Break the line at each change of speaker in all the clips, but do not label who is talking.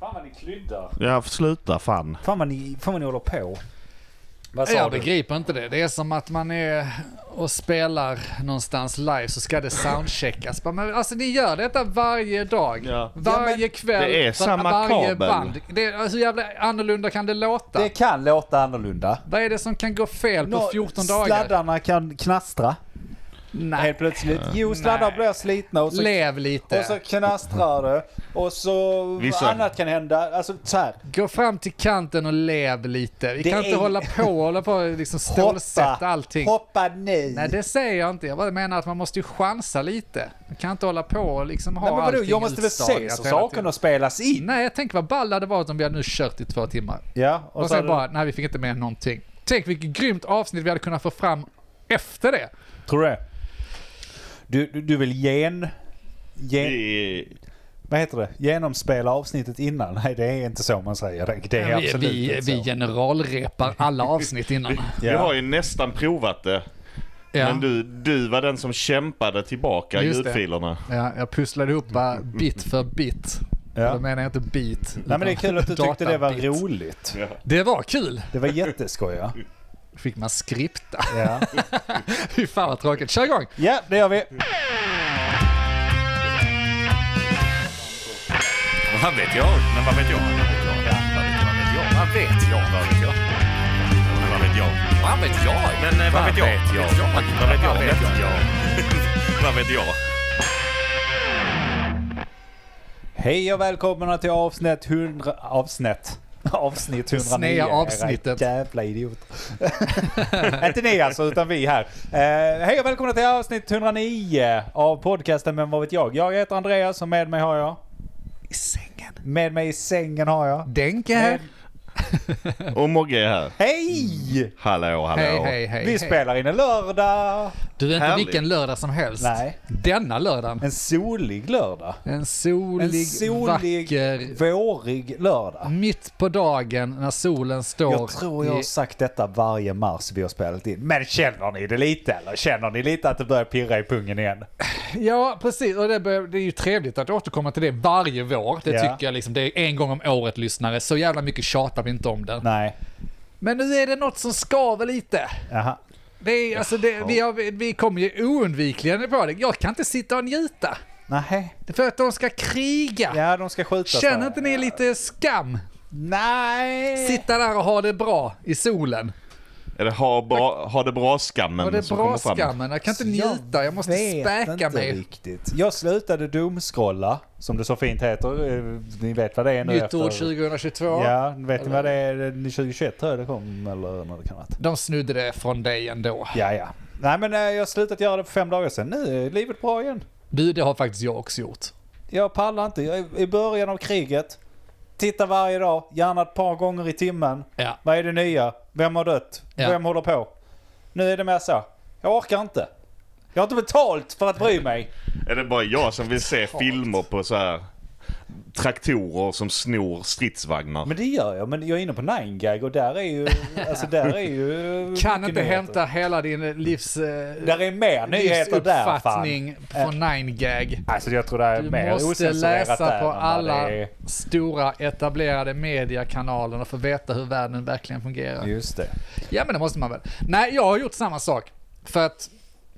Fan vad ni kryddar.
Ja, sluta fan.
Fan vad ni, fan vad ni håller på. Vad sa
Jag
du?
begriper inte det. Det är som att man är och spelar någonstans live så ska det soundcheckas. Bara, Men alltså ni gör detta varje dag.
Ja.
Varje
Ja, men-
kväll.
Det är
var-
samma
varje
kabel.
band. Det är, alltså, hur jävla annorlunda kan det låta?
Det kan låta annorlunda.
Vad är det som kan gå fel på
Nå-
14 dagar?
Sladdarna kan knastra. Helt plötsligt. Jo, sladdar
Nej.
blir slitna och så,
Lev lite.
och så knastrar det. Och så
Vissa-
annat kan hända. Alltså så här.
Gå fram till kanten och lev lite. Vi
Det
kan inte
är-
hålla på och hålla på och liksom stålsätta allting.
hoppa nu.
Nej, det säger jag inte. Jag bara menar att man måste ju chansa lite. Man kan inte hålla på och liksom ha
Nej, men vadå,
allting
jag måste väl se
utstakat
så
hela
sakerna
tiden.
spelas in.
Nej, jag tänker vad ball det hade varit om vi hade nu kört i två timmar.
Ja,
Och,
så
sen
hade-
bara, nej vi fick inte med någonting. Tänk vilket grymt avsnitt vi hade kunnat få fram efter det.
Tror du det? Du, du, du vill gen... gen
Vi-
vad heter det? Genomspela avsnittet innan? Nej, det är inte så man säger. Det, det är
vi,
absolut
vi,
inte
vi
så.
generalrepar alla avsnitt innan.
Vi har ju nästan provat det.
ja.
Men du, du var den som kämpade tillbaka
Just det.
ljudfilerna.
ja, jag pusslade ihop bara bit för bit.
Ja.
Då menar jag inte bit.
Nej, men det är kul att du tyckte det var
databit.
roligt.
Det var kul.
Det var jätteskoj, ja.
Fick man skripta.
ja.
Fy fan vad tråkigt. Kör igång!
Ja, det gör vi.
Vad vet jag? Men vad vet jag? Vad vet jag? Ja, Vad vet jag? Vad vet jag? Men Vad vet jag? Vad vet jag? Men eh, vad vet jag? Vad vet jag? Vad vet jag? Vad vet jag?
Hej och välkomna till avsnitt 100... Avsnitt? Avsnitt 109.
Snea
Era
avsnittet.
Jävla idiot. Inte ni alltså, utan vi här. Eh, hej och välkomna till avsnitt 109 av podcasten Men vad vet jag. Jag heter Andreas och med mig har jag...
I sängen.
Med mig i sängen har jag...
Denke här.
Och Mogge är här.
Hej!
Hallå, hallå.
Hej, hej, hej.
Vi
hej.
spelar in en lördag.
Du är inte
Härligt.
vilken lördag som helst.
Nej.
Denna lördagen.
En solig lördag.
En solig,
en solig,
vacker,
vårig lördag.
mitt på dagen när solen står.
Jag tror jag har
i-
sagt detta varje mars vi har spelat in. Men känner ni det lite eller? Känner ni lite att det börjar pirra i pungen igen?
Ja, precis. Och det, bör, det är ju trevligt att återkomma till det varje vår. Det
Ja.
tycker jag liksom. Det är en gång om året, lyssnare. Så jävla mycket tjatar vi inte om den.
Nej.
Men nu är det något som skaver lite.
Jaha.
Det är, alltså det, vi, har, vi kommer ju oundvikligen på det. Jag kan inte sitta och njuta.
Nej.
Det är För att de ska kriga.
Ja, de ska skjuta
Känner inte ni lite skam?
Nej!
Sitta där och ha det bra i solen.
Är det ha, bra, ha det bra-skammen
Och det är
som
bra
kommer fram?
skammen. Jag kan inte njuta. Jag måste
vet
späka
inte
mig.
Riktigt. Jag slutade dumskrolla, som det så fint heter. Eh, Ni vet vad det är nu
Nytt
efter...
ord 2022.
Ja, vet ni vad det är? 2021 tror jag det kom, eller när det kan ha varit.
De snudde det från dig ändå.
Ja, ja. Nej, men eh, jag har slutat göra det för fem dagar sedan. Nu är livet bra igen.
Du, det har faktiskt jag också gjort.
Jag pallar inte. Jag är i början av kriget. Titta varje dag, gärna ett par gånger i timmen.
Ja.
Vad är det nya? Vem har dött?
Ja.
Vem håller på? Nu är det mer så. Jag orkar inte. Jag har inte betalt för att bry mig.
Är det bara jag som vill se filmer på så här traktorer som snor stridsvagnar?
Men det gör jag. Men jag är inne på 9gag och där är ju... Alltså där är ju...
Kan
mycket
inte
nyheter.
hämta hela din livs... eh,
Där är mer nyheter där fan.
livsuppfattning från 9gag.
Alltså jag tror det är
Du
mer
måste
osensurerat
läsa
där
på
än vad
alla
det är.
stora etablerade mediekanaler och få veta hur världen verkligen fungerar.
Just det.
Ja, men det måste man väl. Nej, jag har gjort samma sak. För att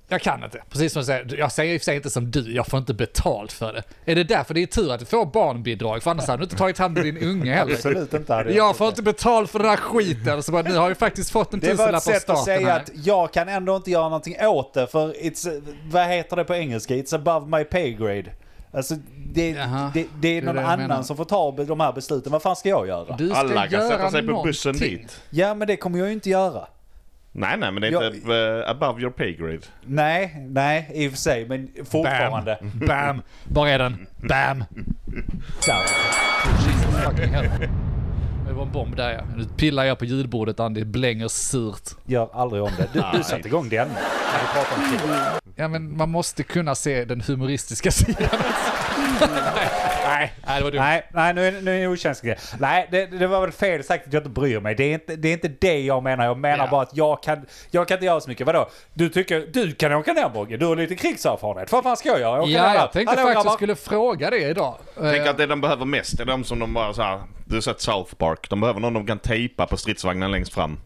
jag kan inte. Precis som du säger, jag säger i och för sig inte som du, jag får inte betalt för det. Är det därför det är tur att du får barnbidrag? För annars hade du inte tagit hand om din unge heller.
Absolut inte hade
Jag får inte betalt för den här skiten. Så bara, nu har jag faktiskt fått en
Det var ett
tusenlapp av
sätt att
staten
säga
här.
att jag kan ändå inte göra någonting åt det för it's, vad heter det på engelska? It's above my pay grade. Alltså det,
Jaha,
det, det är
det
någon
jag
annan
menar.
som får ta de här besluten. Vad fan ska jag göra?
Du ska
Alla kan
göra
sätta sig på bussen
någonting.
dit.
Ja men det kommer jag ju inte göra.
Nej, nej, men det är
Jag-
inte eh, above your pay grade.
Nej, nej i och för sig men fortfarande.
Bam! Var är den? Bam!
Där.
Jesus fucking hell. Det var en bomb där ja. Nu pillar jag på ljudbordet Andy, blänger surt.
Gör aldrig om det. Du, du satte igång
Mm.
den. När vi pratar om film.
Ja men man måste kunna se den humoristiska sidan.
Nej.
Nej, det var dumt.
Nej, nej, nu är nu är det okänslig. Nej, det, det var väl fel sagt att jag inte bryr mig. Det är inte det, är inte det jag menar. Jag menar
Ja.
bara att jag kan, jag kan inte göra så mycket. Vadå? Du tycker du kan åka ner Bogge? Du har lite krigserfarenhet. Vad fan ska jag göra? Åka ner
Ja,
där.
jag tänkte
Hallå,
faktiskt
grabbar.
jag skulle fråga det idag.
Tänk
Eh,
att det de behöver mest är de som de bara så här. Du har sett South Park. De behöver någon de kan tejpa på stridsvagnen längst fram.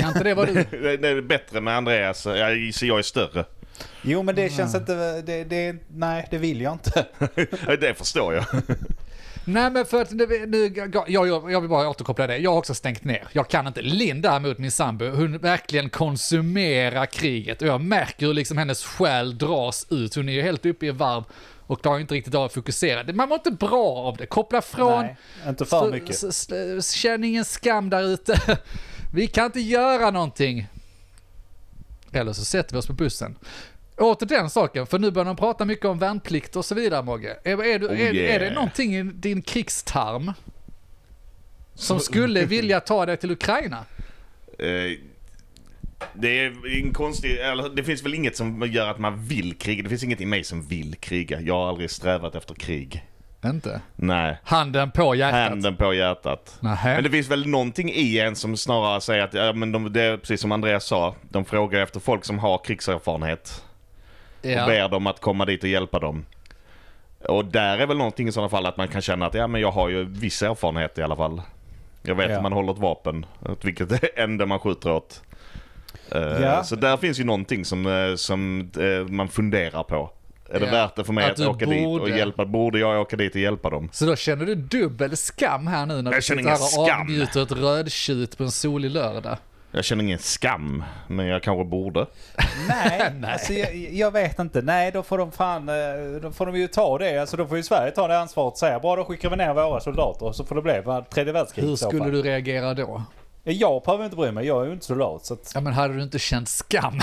Kan inte det vara du?
Det det är bättre med Andreas. eh, Jag gissar jag är större.
Jo, men det känns inte... Det, det, nej, det vill jag inte.
Eh, Det förstår jag.
Nej men för att nu, nu jag, jag, jag vill bara återkoppla det. Jag har också stängt ner. Jag kan inte. Linn däremot, min sambo, hon verkligen konsumerar kriget. Och jag märker hur liksom hennes själ dras ut. Hon är ju helt uppe i varv och klarar inte riktigt av att fokusera. Det- Man mår inte bra av det. Koppla från.
nej, inte för
Så-
mycket.
s- s- s- Känn ingen skam där ute. Vi kan inte göra någonting. Eller så sätter vi oss på bussen. Åter den saken, för nu börjar de prata mycket om värnplikt och så vidare Mogge. Är, är, du,
Oh,
är, är det
yeah.
någonting i din krigstarm som skulle vilja ta dig till Ukraina?
Eh, Det är en konstig, eller det finns väl inget som gör att man vill kriga. Det finns inget i mig som vill kriga. Jag har aldrig strävat efter krig.
Inte?
Nej.
Handen på hjärtat. Eh.
Handen på hjärtat.
Nähä.
Men det finns väl någonting i en som snarare säger att, ja, men de, det är precis som Andreas sa, de frågar efter folk som har krigserfarenhet och
ja.
ber dem att komma dit och hjälpa dem. Och där är väl någonting i sådana fall att man kan känna att ja, men jag har ju viss erfarenhet i alla fall. Jag vet
Ja.
hur man håller ett vapen, åt vilket ände man skjuter åt. Eh,
Ja.
Så där finns ju någonting som, eh, som eh, man funderar på. Är det
Ja.
värt det för mig
Att
att,
du
åka dit och
borde.
hjälpa? Borde jag åka dit och hjälpa dem?
Så då känner du dubbel skam här nu när
Jag
du
känner
sitter här
ingen
och
skam.
avnjuter ett rödtjut på en solig lördag.
Jag känner ingen skam, men jag kanske borde.
Nej, Alltså, jag, jag vet inte. Nej, då får de fan... eh, Då får de ju ta det. Alltså, då får ju Sverige ta det ansvaret och säga bra då skickar vi ner våra soldater och så får det bli vad- tredje världskriget.
Hur
i så
skulle
fall."
du reagera då?
Jag behöver inte bry mig. Jag är ju inte soldat. Så att...
Ja men hade du inte känt skam?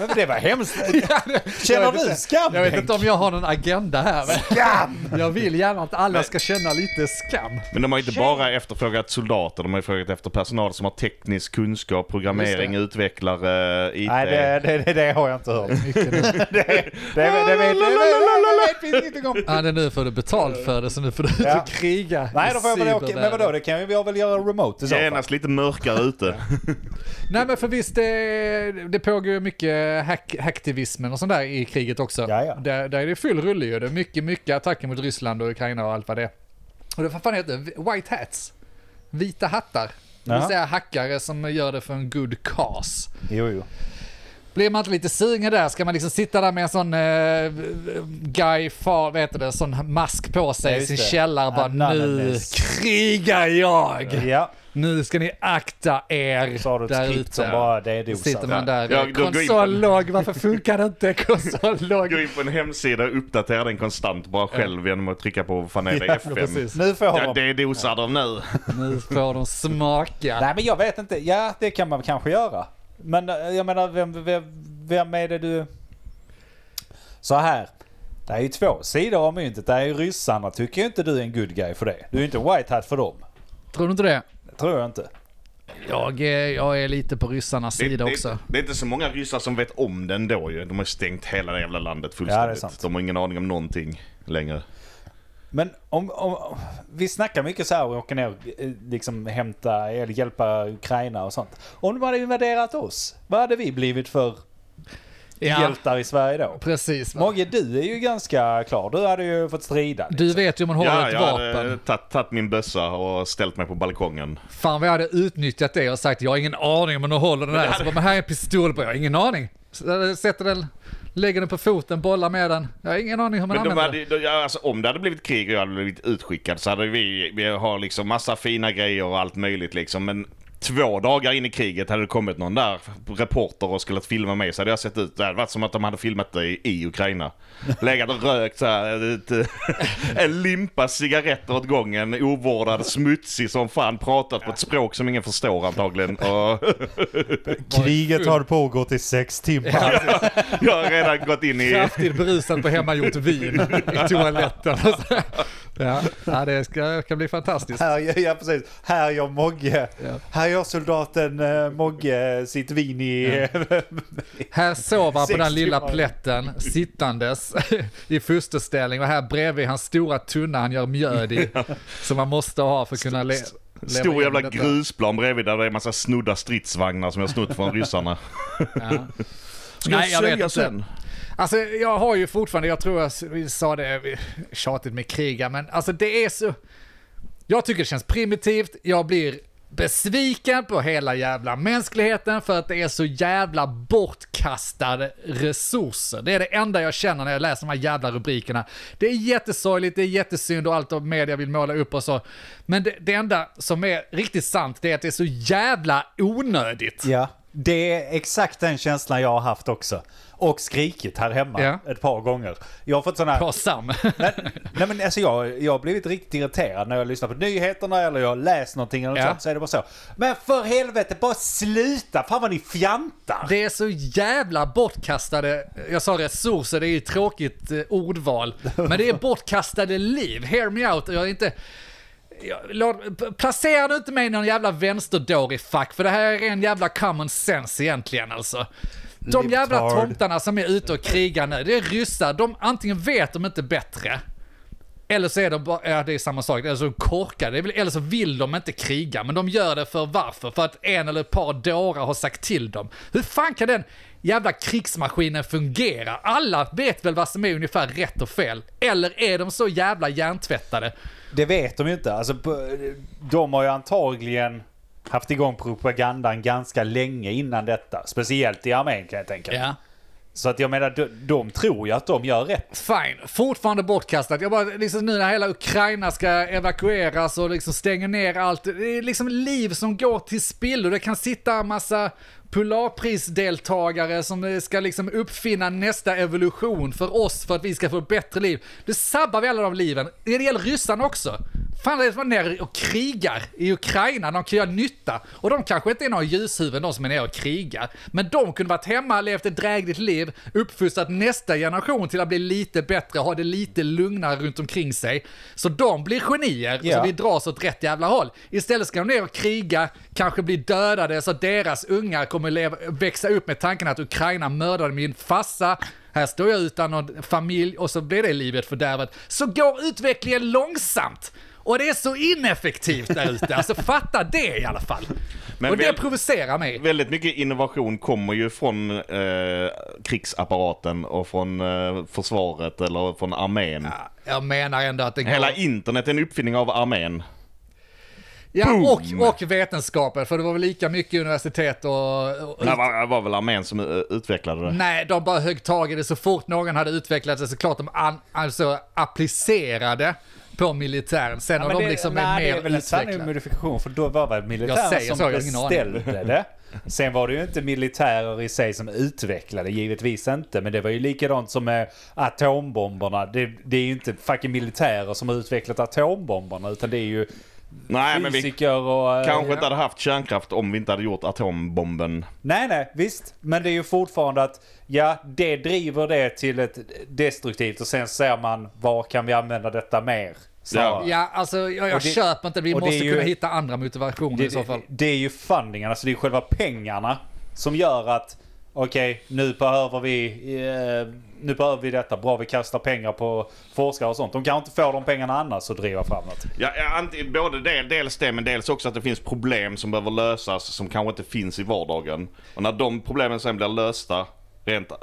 Men det var hemskt.
Ja, det-
Känner
jag vet
du
inte-
skam,
Jag vet
Bengt?
inte om jag har någon agenda här. Men
Skam!
jag vill gärna att alla ska känna lite skam.
Men de har ju inte bara efterfrågat soldater, de har ju frågat efter personal som har teknisk kunskap, programmering, utvecklare, eh, IT.
Nej, det, det, det, det har jag inte hört.
Mycket nu.
Det, det, det, vet- det, vet- det vet vi inte om.
Ja, det nu får du betalt för det så nu får du ut
Ja.
och kriga.
Nej,
i
då får jag väl åka. Men
cybervärlden.
vadå, det kan vi jag väl göra remote i så
Det
fall.
är genast lite mörkare ute.
Nej men för visst, det, det pågår ju mycket hack, hacktivismen och sånt där i kriget också.
Ja, ja.
Där, där är det full rulle ju. Det är mycket, mycket attacker mot Ryssland och Ukraina och allt vad det är. Och det vad fan heter det? White hats. Vita hattar. Det vill
Jaha.
säga hackare som gör det för en good cause.
Jo, jo.
Blir man inte lite sugen där? Ska man liksom sitta där med en sån eh, Guy Fawkes, vad heter det, sån mask på
Ja,
sig i
just
sin
det.
källare och bara nu
Anonymous.
krigar jag!
Ja,
Nu ska ni akta er
så har du ett
där
skript
ute.
som bara det är
Då sitter
dosat.
man där.
Ja, då går in på-
konsollogg, varför funkar det inte?
Gå
Konsollogg.
in på en hemsida och uppdatera den konstant bara själv genom att trycka på vad fan är det,
Ja,
F5?
precis.
Nu får
Ja,
jag
det dosar de nu.
Nu får de smaka.
Nej men jag vet inte. Ja det kan man kanske göra. Men eh, jag menar vem, vem, vem är det du... Så här. Det är ju två sidor av myntet. Det är ju ryssarna tycker ju inte du är en good guy för det. Du är ju inte white hat för dem.
Tror du inte det?
Det tror jag inte.
Jag är, jag är lite på ryssarnas
Det,
sida
det,
också.
det är inte så många ryssar som vet om den då ju. De har ju stängt hela det jävla landet
Ja, det är
fullständigt.
sant.
de har ingen aning om någonting längre.
Men om, om vi snackar mycket så här och åker ner och eh, liksom hämta eller hjälpa Ukraina och sånt. Om de hade invaderat oss, vad hade vi blivit för
Ja,
hjältar i Sverige då?
precis. va?
Mogge, du är ju ganska klar. Du hade ju fått strida.
Du vet ju om man håller
Ja,
ett
jag
vapen.
hade tagit- tagit min bössa och ställt mig på balkongen.
Fan vad jag hade utnyttjat det och sagt jag har ingen aning om hur du håller den här. Så bara, men här är en pistol på, jag har ingen aning. Så, eh, Sätter den, lägger den på foten, bollar med den. Jag har ingen aning hur man
Men de
använder
hade, de, ja, alltså, om det hade blivit krig och jag hade blivit utskickad så hade vi, vi har liksom massa fina grejer och allt möjligt liksom. Men två dagar in i kriget hade det kommit någon där reporter och skulle filma mig så hade jag sett ut, det hade varit som att de hade filmat det i, i Ukraina. Legat och rökt så här, ett, en limpa cigaretter åt gången, ovårdad, smutsig som fan, pratat på ett språk som ingen förstår antagligen. Och
Kriget har pågått i sex timmar.
jag har redan gått in
den.
i...
Kraftigt berusad på hemmagjort vin i toaletten. Och så- Ja, ja det ska, kan bli fantastiskt.
Här, gör- ja, precis. Här gör Mogge.
Ja.
Här gör soldaten eh, Mogge sitt vin i...
Här sover han på
Sex
den lilla
timmar.
plätten sittandes i fosterställning och här bredvid hans stora tunna han gör mjöd i. Som man måste ha för att kunna le- leva.
Stor
igenom
jävla
detta.
grusplan bredvid där det är en massa snodda stridsvagnar som jag snott från ryssarna.
Ja.
Ska
Nej, jag
jag
vet
sälja
inte.
sen?
Alltså jag har ju fortfarande, jag tror jag s- vi sa det tjatigt med kriga, men alltså det är så... Jag tycker det känns primitivt, jag blir besviken på hela jävla mänskligheten för att det är så jävla bortkastade resurser. Det är det enda jag känner när jag läser de här jävla rubrikerna. Det är jättesorgligt, det är jättesynd och allt av media vill måla upp och så. Men det, det enda som är riktigt sant, det är att det är så jävla onödigt.
ja, det är exakt den känslan jag har haft också. Och skrikit här hemma
Ja.
ett par gånger. Jag har fått sådana...
Bra Sam.
Nej men alltså jag, jag har blivit riktigt irriterad när jag lyssnar på nyheterna eller jag har läst någonting eller något
Ja.
sånt, så är det bara så. Men för helvete, bara sluta! Fan vad ni fjantar!
Det är så jävla bortkastade, jag sa resurser, det är ju ett tråkigt eh, ordval, men det är bortkastade liv. Hear me out, jag är inte... Jag, låt, p- placera nu inte mig i någon jävla vänsterdårig fack, för det här är en jävla common sense egentligen alltså. De jävla
Libtard.
tomtarna som är ute och krigar nu, det är ryssar, de antingen vet de inte bättre, eller så är de bara, ja det är samma sak, eller så är de korkade, Det är väl- eller så vill de inte kriga, men de gör det för varför? För att en eller ett par dårar har sagt till dem. Hur fan kan den jävla krigsmaskinen fungera? Alla vet väl vad som är ungefär rätt och fel? Eller är de så jävla hjärntvättade?
Det vet de ju inte. Alltså, på- de har ju antagligen haft igång propagandan ganska länge innan detta. Speciellt i armén kan jag tänka mig.
Ja.
Så att jag menar, de, de tror ju att de gör rätt.
Fine, fortfarande bortkastat. Jag bara, liksom nu när hela Ukraina ska evakueras och liksom stänger ner allt. Det är liksom liv som går till spillo. Det kan sitta en massa Polarprisdeltagare som ska liksom uppfinna nästa evolution för oss för att vi ska få ett bättre liv. Det sabbar vi alla de liven. Det gäller ryssarna också. Fan, det är som att de är nere och krigar i Ukraina. De kan göra nytta. Och de kanske inte är några ljushuvuden, de som är nere och krigar. Men de kunde varit hemma, levt ett drägligt liv, uppfostrat nästa generation till att bli lite bättre, ha det lite lugnare runt omkring sig. Så de blir genier, och
Ja.
så vi dras åt rätt jävla håll. Istället ska de ner och kriga, kanske bli dödade, så att deras ungar kommer leva, växa upp med tanken att Ukraina mördade min farsa, här står jag utan någon familj och så blir det livet fördärvat. Så går utvecklingen långsamt! Och det är så ineffektivt där ute, alltså fatta det i alla fall.
Men
och det
väl-
provocerar mig.
Väldigt mycket innovation kommer ju från eh, krigsapparaten och från eh, försvaret eller från armén.
Jag menar ändå att det går...
Hela internet är en uppfinning av armén.
ja, och, och vetenskapen, för det var väl lika mycket universitet och... och
Det var, det var väl armén som eh, utvecklade det.
nej, de bara högg tag i det så fort någon hade utvecklat det, så klart de an, alltså applicerade på militären. Sen har de liksom är
nej, det är
mer
väl en sanning med
utvecklade.
modifikation för då var väl militären
Jag säger
som
så, jag har ingen aning.
beställde det. Sen var det ju inte militärer i sig som utvecklade, givetvis inte. Men det var ju likadant som med atombomberna. Det, det är ju inte fucking militärer som har utvecklat atombomberna utan det är ju
Nej, men vi
fysiker och... eh,
kanske inte hade haft kärnkraft om vi inte hade gjort atombomben.
Nej, nej, visst. Men det är ju fortfarande att ja, det driver det till ett destruktivt och sen ser man vad kan vi använda detta mer? snarare.
Ja, alltså jag, jag
Och det-
köper inte, vi
och det
måste
är ju-
kunna hitta andra motivationer
Det,
i så fall.
det, det är ju fundingen, alltså det är själva pengarna som gör att okej, nu behöver vi eh, nu behöver vi detta, bra vi kastar pengar på forskare och sånt. De kan inte få de pengarna annars att driva framåt.
Ja, ja, anti- både det, dels det, men dels också att det finns problem som behöver lösas som kanske inte finns i vardagen. Och när de problemen sen blir lösta rent äh,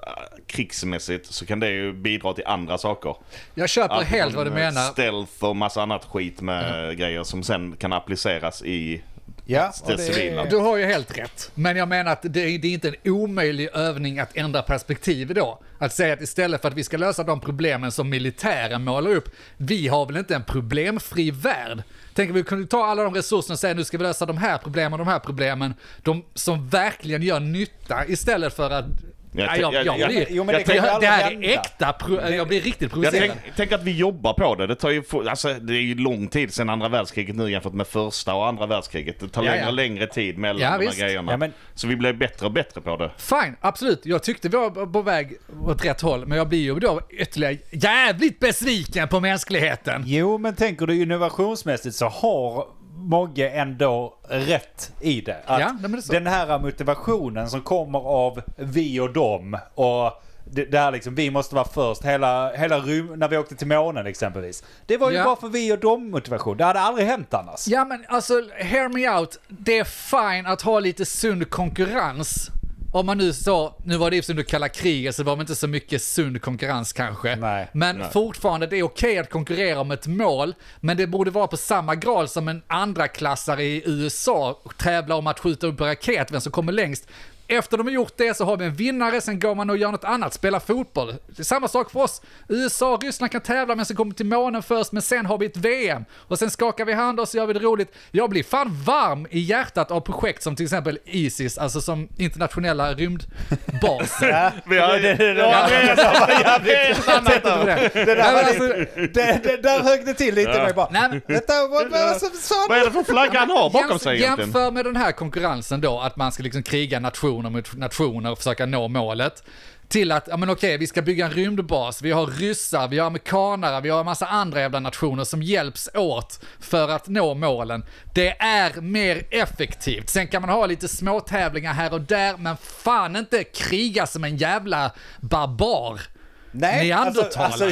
krigsmässigt så kan det ju bidra till andra saker.
Jag köper helt vad du
Allt från, eh,
menar.
Stealth och massa annat skit med grejer som sen kan appliceras i
Ja,
det civila.
Du har ju helt rätt. Men jag menar att det är, det är inte en omöjlig övning att ändra perspektiv då. Att säga att istället för att vi ska lösa de problemen som militären målar upp, vi har väl inte en problemfri värld? Tänk om vi kunde ta alla de resurserna och säga nu ska vi lösa de här problemen, de här problemen, de som verkligen gör nytta istället för att Nej, jag, jag, jag,
jag,
blir-
Jo, men det
jag-
kan ju
det,
aldrig
här
hända.
är äkta, pro, jag blir riktigt
jag
provocerad.
tänk, tänk att vi jobbar på det. Det, tar ju, få- alltså, det är ju lång tid sedan andra världskriget nu jämfört med första och andra världskriget. Det tar
Ja,
längre
ja.
och längre tid mellan
Ja,
de här
visst.
grejerna.
Ja, men-
Så vi blir bättre och bättre på det.
Fine, absolut. Jag tyckte vi var på väg åt rätt håll, men jag blir ju då ytterligare jävligt besviken på mänskligheten.
Jo, men tänker du innovationsmässigt så har Mogge ändå rätt i det. Att
Ja, nej, men det är så.
den här motivationen som kommer av vi och dem och det, det här liksom, vi måste vara först. Hela, hela rym, när vi åkte till månen exempelvis. Det var ju
Ja.
bara för vi och dem motivation. Det hade aldrig hänt annars.
Ja men alltså, hear me out. Det är fine att ha lite sund konkurrens. Om man nu sa, nu var det i och för sig under kalla kriget så det var väl inte så mycket sund konkurrens kanske.
Nej.
men fortfarande, det är okej att konkurrera om ett mål, men det borde vara på samma grad som en andra klassare i USA tävlar om att skjuta upp en raket, vem som kommer längst. Efter de har gjort det så har vi en vinnare, sen går man och gör något annat, spelar fotboll. Det är samma sak för oss. USA och Ryssland kan tävla, men så kommer till månen först, men sen har vi ett VM. Och sen skakar vi hand och så gör vi det roligt. Jag blir fan varm i hjärtat av projekt som till exempel Isis, alltså som internationella rymdbasen.
Vi har,
det- det- det-
Ja, Andreas, det var jävligt
Tänk
blandat
på
där.
det.
Det
Nej,
där,
men
var
alltså,
lite, det, det, där högg det till lite.
Ja.
Ja. Bara,
Nej, men-
Vänta, vad, vad som sa
Vad är det för flagga han har bakom
Jämf-
sig egentligen?
Jämför med den här konkurrensen då, att man ska liksom kriga nationer mot nationer och försöka nå målet. Till att, ja men okej, vi ska bygga en rymdbas, vi har ryssar, vi har amerikanare, vi har en massa andra jävla nationer som hjälps åt för att nå målen. Det är mer effektivt. Sen kan man ha lite små tävlingar här och där, men fan inte kriga som en jävla barbar. Neandertalare.
alltså,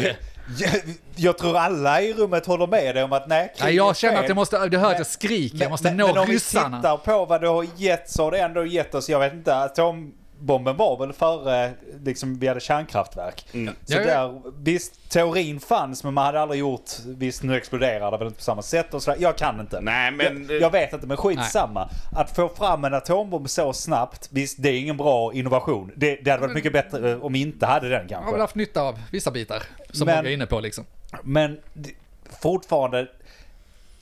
jag, jag tror alla i rummet håller med dig om att nej,
Ja,
krig är
jag känner att
fel.
jag måste, du hör att
Men-
jag skriker, jag måste
men,
nå
men om vi
ryssarna.
tittar på vad det har gett så har det ändå gett oss, jag vet inte, atombomben var väl före liksom, vi hade kärnkraftverk.
Mm.
Så
Ja, ja.
där, visst, teorin fanns men man hade aldrig gjort, visst nu exploderar det väl inte på samma sätt och sådär. Jag kan inte.
Nej, men-
jag, jag vet inte men skitsamma. Att få fram en atombomb så snabbt, visst det är ingen bra innovation. Det, det hade varit mycket bättre eh, om vi inte hade den
Jag har väl
kanske.
haft nytta av vissa bitar, som
Men-
många är inne på liksom.
Men det- fortfarande,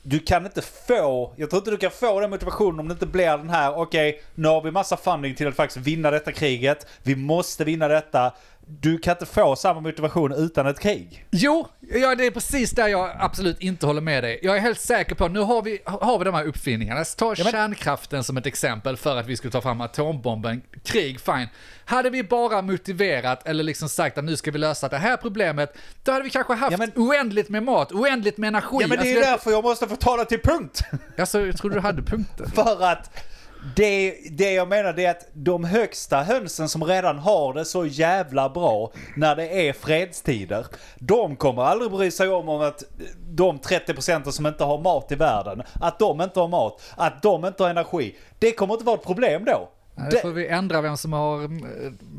du kan inte få, jag tror inte du kan få den motivationen om det inte blir den här, okej, nu har vi massa funding till att faktiskt vinna detta kriget, vi måste vinna detta. Du kan inte få samma motivation utan ett krig.
Jo, ja, det är precis där jag absolut inte håller med dig. Jag är helt säker på, nu har vi, har vi de här uppfinningarna. Så Ta
men-
kärnkraften som ett exempel för att vi skulle ta fram atombomben. Krig, fine. Hade vi bara motiverat eller liksom sagt att nu ska vi lösa det här problemet, då hade vi kanske haft
Ja, men-
oändligt med mat, oändligt med energi.
Ja men det är ju
alltså,
därför jag måste få tala till punkt.
jag, alltså, jag trodde du hade punkten.
För att det, det jag menar det är att de högsta hönsen som redan har det så jävla bra när det är fredstider. De kommer aldrig bry sig om, om att de 30% som inte har mat i världen, att de inte har mat, att de inte har energi. Det kommer inte vara ett problem då.
Nej,
Det-
Då får vi ändra vem som har,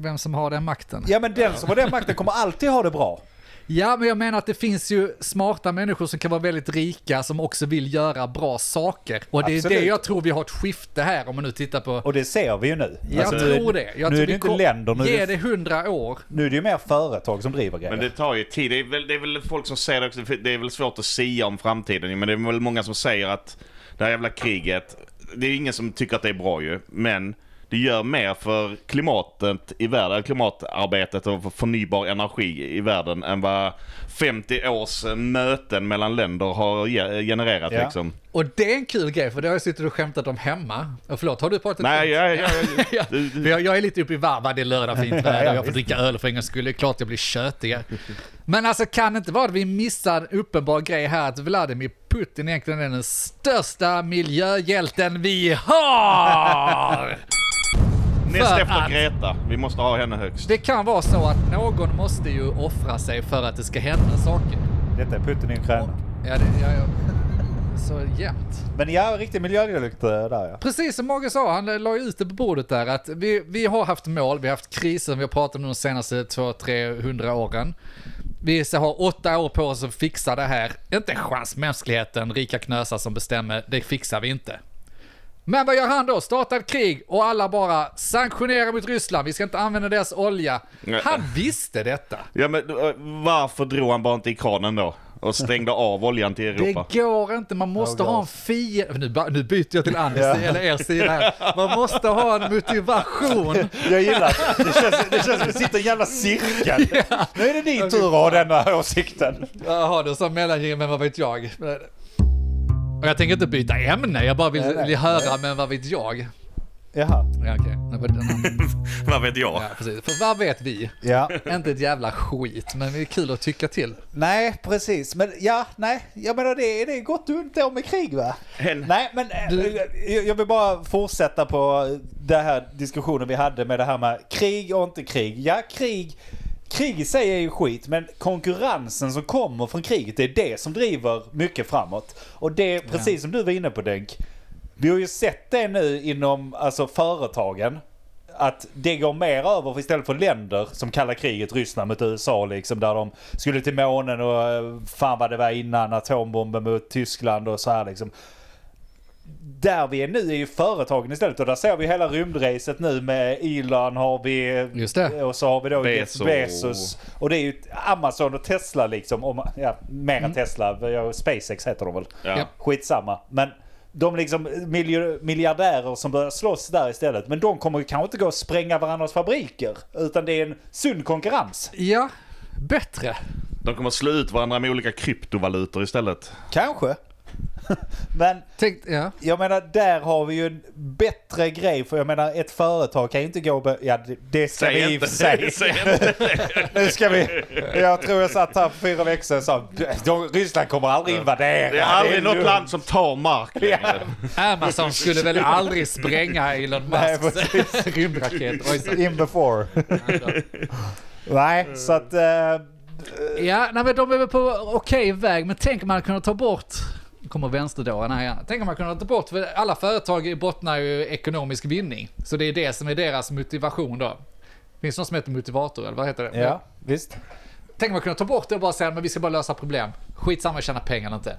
vem som har den makten.
ja men den som har den makten kommer alltid ha det bra.
Ja, men jag menar att det finns ju smarta människor som kan vara väldigt rika som också vill göra bra saker. Och det är
Absolut.
det jag tror vi har ett skifte här om man nu tittar på...
Och det ser vi ju nu.
Jag
Alltså, nu-
tror det. Jag
nu
tror
är det
vi
inte
kom-
länder, nu
Ge
är
det
det,
hundra år.
nu är det ju mer företag som driver grejer.
Men det tar ju tid. Det är väl, det är väl folk som säger det också, för det är väl svårt att sia om framtiden men det är väl många som säger att det här jävla kriget, det är ingen som tycker att det är bra ju, men det gör mer för klimatet i världen, klimatarbetet och för förnybar energi i världen än vad 50 års möten mellan länder har ge- genererat
Ja.
liksom.
Och det är en kul grej, för det har jag suttit och skämtat om hemma. Och förlåt, har du pratat
Nej,
om
jag, jag, jag,
Ja,
du- du-
för jag, jag är lite uppe i varv, Va, det är lördag, fint väder, jag får dricka öl för en gångs skull, det är klart jag blir tjötig. Men alltså kan det inte vara att vi missar en uppenbar grej här, att Vladimir Putin egentligen är den största miljöhjälten vi har!
näst
för
efter
att-
Greta, vi måste ha henne högst.
Det kan vara så att någon måste ju offra sig för att det ska hända saker.
Detta är Putin i Ukraina.
Ja, det, ja, ja. Så jämt.
Men ja, riktig miljödialekt eh, där ja.
Precis som Mogge sa, han la ju ut det på bordet där att vi, vi har haft mål, vi har haft krisen, vi har pratat om de senaste 200-300 åren. Vi ska ha åtta år på oss att fixa det här. Inte en chans mänskligheten, rika knösar som bestämmer, det fixar vi inte. Men vad gör han då? Startar ett krig och alla bara sanktionerar mot Ryssland, vi ska inte använda deras olja.
Nej.
Han visste detta.
Ja men eh, varför drog han bara inte i kranen då? och stängde av oljan till Europa.
Det går inte, man måste
Ja,
ha en
gas.
fiende. Nu, ba- nu byter jag till Annis eller er sida här. Man måste ha en motivation.
Jag gillar det. Det känns, det känns som att vi sitter i en jävla cirkel. Nu är det din tur att ha denna åsikten.
Jaha, du sa mellangir, men vad vet jag? Och jag tänker inte byta ämne, jag bara vill
Nej, nej.
vill höra, men vad vet jag?
Jaha.
Ja, okej. Det var den andra.
Vad vet jag?
Ja, precis. För vad vet vi?
Ja.
Inte ett jävla skit, men det är kul att tycka till.
Nej, precis. Men ja, nej. Jag menar det, är- det är gott och ont om med krig va?
Hen-
Nej, men eh,
Du-
jag- jag vill bara fortsätta på den här diskussionen vi hade med det här med krig och inte krig. Ja, krig. Krig i sig är ju skit, men konkurrensen som kommer från kriget, det är det som driver mycket framåt. Och det, precis som du var inne på Denk, vi har ju sett det nu inom alltså, företagen. Att det går mer över för istället för länder som kallar kriget Ryssland mot USA liksom där de skulle till månen och eh, fan vad det var innan atombomben mot Tyskland och så här liksom. Där vi är nu är ju företagen istället och där ser vi hela rymdracet nu med Elon har vi
Just det.
och så har vi då Jeff
Bezos.
Bezos och det är ju Amazon och Tesla liksom. Och, ma- ja, mer
Mm.
än Tesla, ja, SpaceX heter de väl.
Ja.
Skitsamma. Men de liksom miljö- miljardärer som börjar slåss där istället. Men de kommer ju kanske inte gå och spränga varandras fabriker. Utan det är en sund konkurrens.
Ja, bättre.
De kommer slå ut varandra med olika kryptovalutor istället.
Kanske. Men
Tänk, ja.
jag menar, där har vi ju en bättre grej. För jag menar, ett företag kan ju inte gå och... be- Ja, det, det ska vi i och för sig.
Säg inte.
Nu ska vi... Jag tror jag satt här för fyra veckor sedan och sa "De- Ryssland kommer aldrig invadera.
Det är aldrig något
lugnt."
land som tar mark längre.
Amazon skulle väl aldrig spränga Elon
Nej,
Musks rymdraket. Oj, så.
In before. Nej, så att... eh,
Ja, nej, men de är väl på okej väg, men tänk om man kunde ta bort kommer vänsterdåren här igen. Tänk om man kunde ta bort, för alla företag bottnar ju i ekonomisk vinning. Så det är det som är deras motivation då. Finns det något som heter motivator eller vad heter det?
ja, visst.
Tänk om man kunde ta bort det och bara säga men vi ska bara lösa problem. Skitsamma att tjäna pengar eller inte.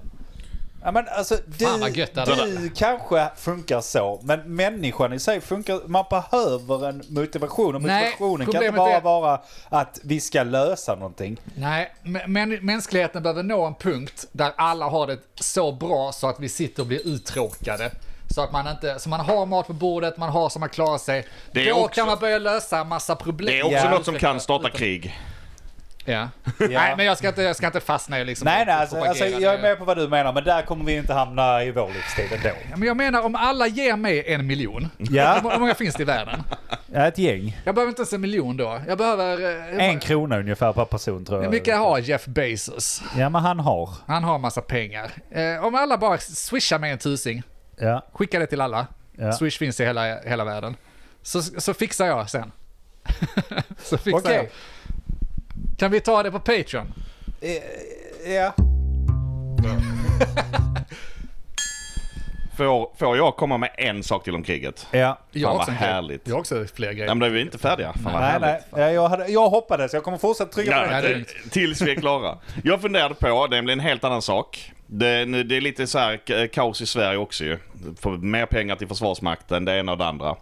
Ja, men alltså, du,
Fan, vad gött det hade
du kanske funkar så, men människan i sig funkar... Man behöver en motivation och
Nej,
motivationen kan inte
problemet
bara
är-
vara att vi ska lösa någonting.
Nej, men men- mänskligheten behöver nå en punkt där alla har det så bra så att vi sitter och blir uttråkade. Så att man inte, så man har mat på bordet, man har så man klarar sig.
Det är
Då
också-
kan man börja lösa en massa problem.
Det är också
Ja.
något som kan starta krig.
Ja. Nej, men jag ska inte, jag ska inte fastna i liksom...
Nej, nej, alltså,
propagera
alltså, jag är
nu.
med på vad du menar, men där kommer vi inte hamna i vår livstid ändå.
Ja, Men jag menar om alla ger mig en miljon.
Ja.
Hur hur många finns det i världen?
Ja, ett gäng.
Jag behöver inte ens en miljon då. Jag behöver... eh,
En krona ungefär per person tror
Hur
jag.
mycket har Jeff Bezos?
Ja, men han har.
Han har en massa pengar. Eh, om alla bara swishar med en tusing,
Ja,
skicka det till alla.
ja.
Swish finns i hela, hela världen. Så, så fixar jag sen. så fixar
Okej.
jag. Kan vi ta det på Patreon?
Eh, Ja.
Får, får jag komma med en sak till om kriget?
Ja.
Jag
Fan,
har
vad
också en grej.
härligt.
Jag har också fler
Nej men
grejer.
då är vi inte färdiga. Fan vad
Nej,
härligt.
nej. Ja, jag, hade, jag hoppades. Jag kommer fortsätta trycka på
Ja,
det.
Nej, det är lugnt.
tills vi är klara. Jag funderade på, det blir en helt annan sak. Det, nu- det är lite så här k- kaos i Sverige också ju. Får mer pengar till Försvarsmakten, det ena och det andra.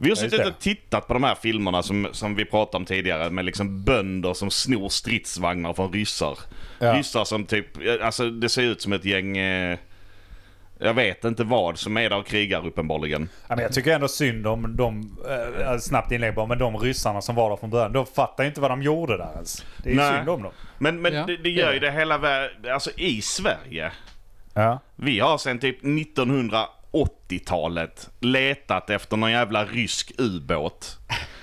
Vi har suttit
det.
och tittat på de här filmerna som, som vi pratade om tidigare med liksom bönder som snor stridsvagnar från ryssar.
Ja.
Ryssar som typ, alltså det ser ut som ett gäng, eh, jag vet inte vad, som är där och krigar uppenbarligen.
Ja, men jag tycker ändå synd om de, eh, snabbt inlägg bara, men de ryssarna som var där från början. De fattar ju inte vad de gjorde där ens. Det är ju
Nej.
synd om dem.
Men, men
Ja,
det, det
det
gör
är
ju det hela världen, alltså i Sverige.
Ja.
Vi har sedan typ 1980-talet letat efter någon jävla rysk ubåt.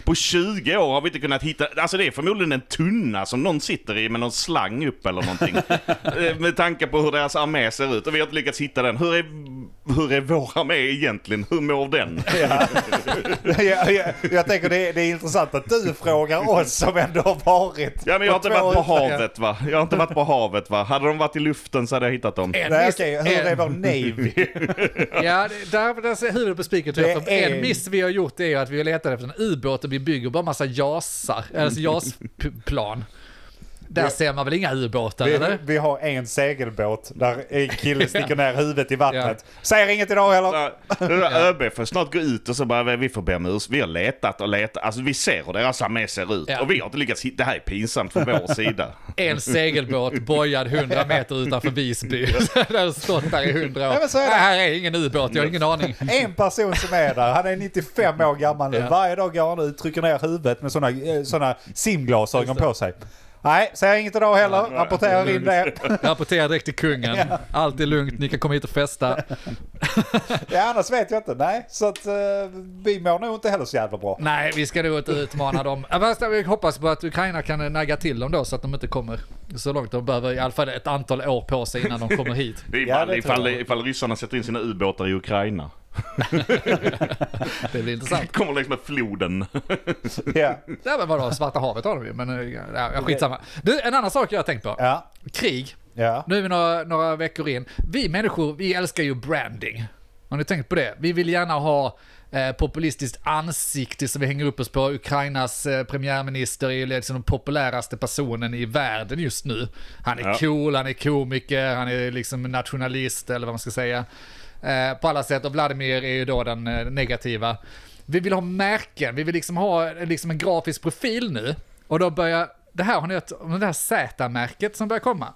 På 20 år har vi inte kunnat hitta... Alltså det är förmodligen en tunna som någon sitter i med någon slang upp eller någonting. Eh, med tanke på hur deras armé ser ut. Och vi har inte lyckats hitta den. Hur är, hur är vår armé egentligen? Hur mår den?
jag, jag, jag tänker det är, det är intressant att du frågar oss som ändå har varit.
Ja men jag har inte varit på
två utvägar.
havet va? Jag har inte varit på havet va? Hade de varit i luften så hade jag hittat dem.
En
Nej,
miss,
okej, hur är
en,
vår navy?
ja, det- där, där ser huvudet på spiken tror jag. För
Det är-
En miss vi har gjort är ju att vi letar efter en ubåt och vi bygger bara massa jasar, alltså jasplan. Där ser man väl inga ubåtar
Vi,
eller?
vi har en segelbåt där en kille sticker ner huvudet i vattnet. Säger inget idag heller.
Ja, det där ÖB får snart gå ut och så bara, vi får be om ursäkt. Vi har letat och letat. Alltså vi ser hur deras armé ser ut.
Ja.
Och vi har inte lyckats hitta. Det här är pinsamt för vår sida.
En segelbåt bojad 100 meter utanför Visby. Den har stått där i hundra år.
Ja, men så är det.
Nej, här är ingen ubåt, jag har ingen aning.
En person som är där, han är 95 år gammal nu.
Ja.
Varje dag går han ut, trycker ner huvudet med sådana såna simglasögon på sig. Nej, säger inget idag heller. Rapporterar in det.
Rapportera direkt till kungen. Allt är lugnt, ni kan komma hit och festa.
Ja, annars vet jag inte. Nej, så att eh, vi mår nog inte heller så jävla bra.
Nej, vi ska nog inte utmana dem. Ja, Fast vi hoppas på att Ukraina kan nagga till dem då så att de inte kommer så långt. De behöver i alla fall ett antal år på sig innan de kommer hit.
Det är
Ja,
ifall,
det tror
ifall,
jag.
ifall ryssarna sätter in sina ubåtar i Ukraina.
Det blir intressant.
Kommer längs med floden.
Ja.
Ja men vadå, Svarta havet har de ju, men eh, ja, ja, skitsamma. Du, en annan sak jag har tänkt på.
Ja.
Krig.
Ja.
Nu är vi några, några veckor in. Vi människor, vi älskar ju branding. Har ni tänkt på det? Vi vill gärna ha eh, populistiskt ansikte som vi hänger upp oss på. Ukrainas eh, premiärminister är ju liksom den populäraste personen i världen just nu. Han är
Ja.
cool, han är komiker, han är liksom nationalist eller vad man ska säga. Eh, på alla sätt, och Vladimir är ju då den eh, negativa. Vi vill ha märken, vi vill liksom ha eh, liksom en grafisk profil nu. Och då börjar, det här har ni hört om det här Z-märket som börjar komma.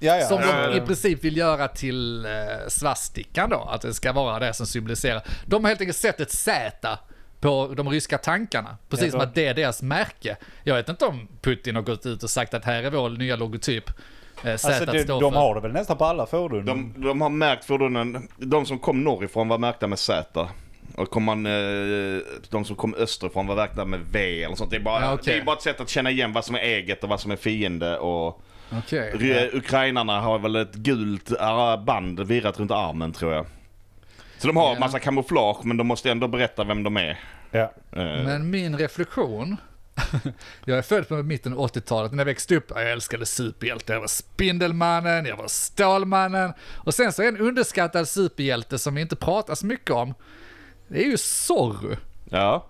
Ja, ja.
Som
Ja, ja,
de
ja.
i princip vill göra till eh, svastikan då, att det ska vara det som symboliserar. De har helt enkelt sett ett Z på de ryska tankarna, precis
Ja,
som
då-
att det är deras märke. Jag vet inte om Putin har gått ut och sagt att här är vår nya logotyp. Eh, Z
Alltså, det,
står
de
för.
har det väl nästan på alla fordon?
De, de har märkt fordonen. De som kom norrifrån var märkta med Z. Och kom man, eh, de som kom österifrån var märkta med V eller sånt. Det är, bara,
Ja, okej.
det är bara ett sätt att känna igen vad som är eget och vad som är fiende. Och
Okej.
Ry- Ukrainarna har väl ett gult eh, band virat runt armen tror jag. Så de har
Ja.
massa kamouflage men de måste ändå berätta vem de är.
Ja.
Eh,
Men min reflektion, jag är född på mitten av 80-talet, när jag växte upp, jag älskade superhjältar. Jag var Spindelmannen, jag var Stålmannen. Och sen så en underskattad superhjälte som vi inte pratar så mycket om, det är ju Zorro.
Ja.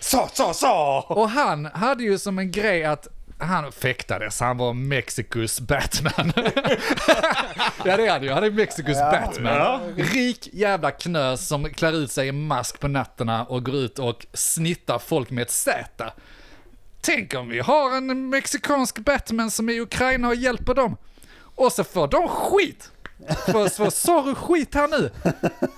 Så, så, så!
Och han hade ju som en grej att han fäktades, han var Mexikos Batman. ja det är han ju, han är Mexikos Batman. Rik jävla knös som klär ut sig i mask på nätterna och går ut och snittar folk med ett Z. Tänk om vi har en mexikansk Batman som är i Ukraina och hjälper dem. Och så får de skit! För, för Zorro skit här nu.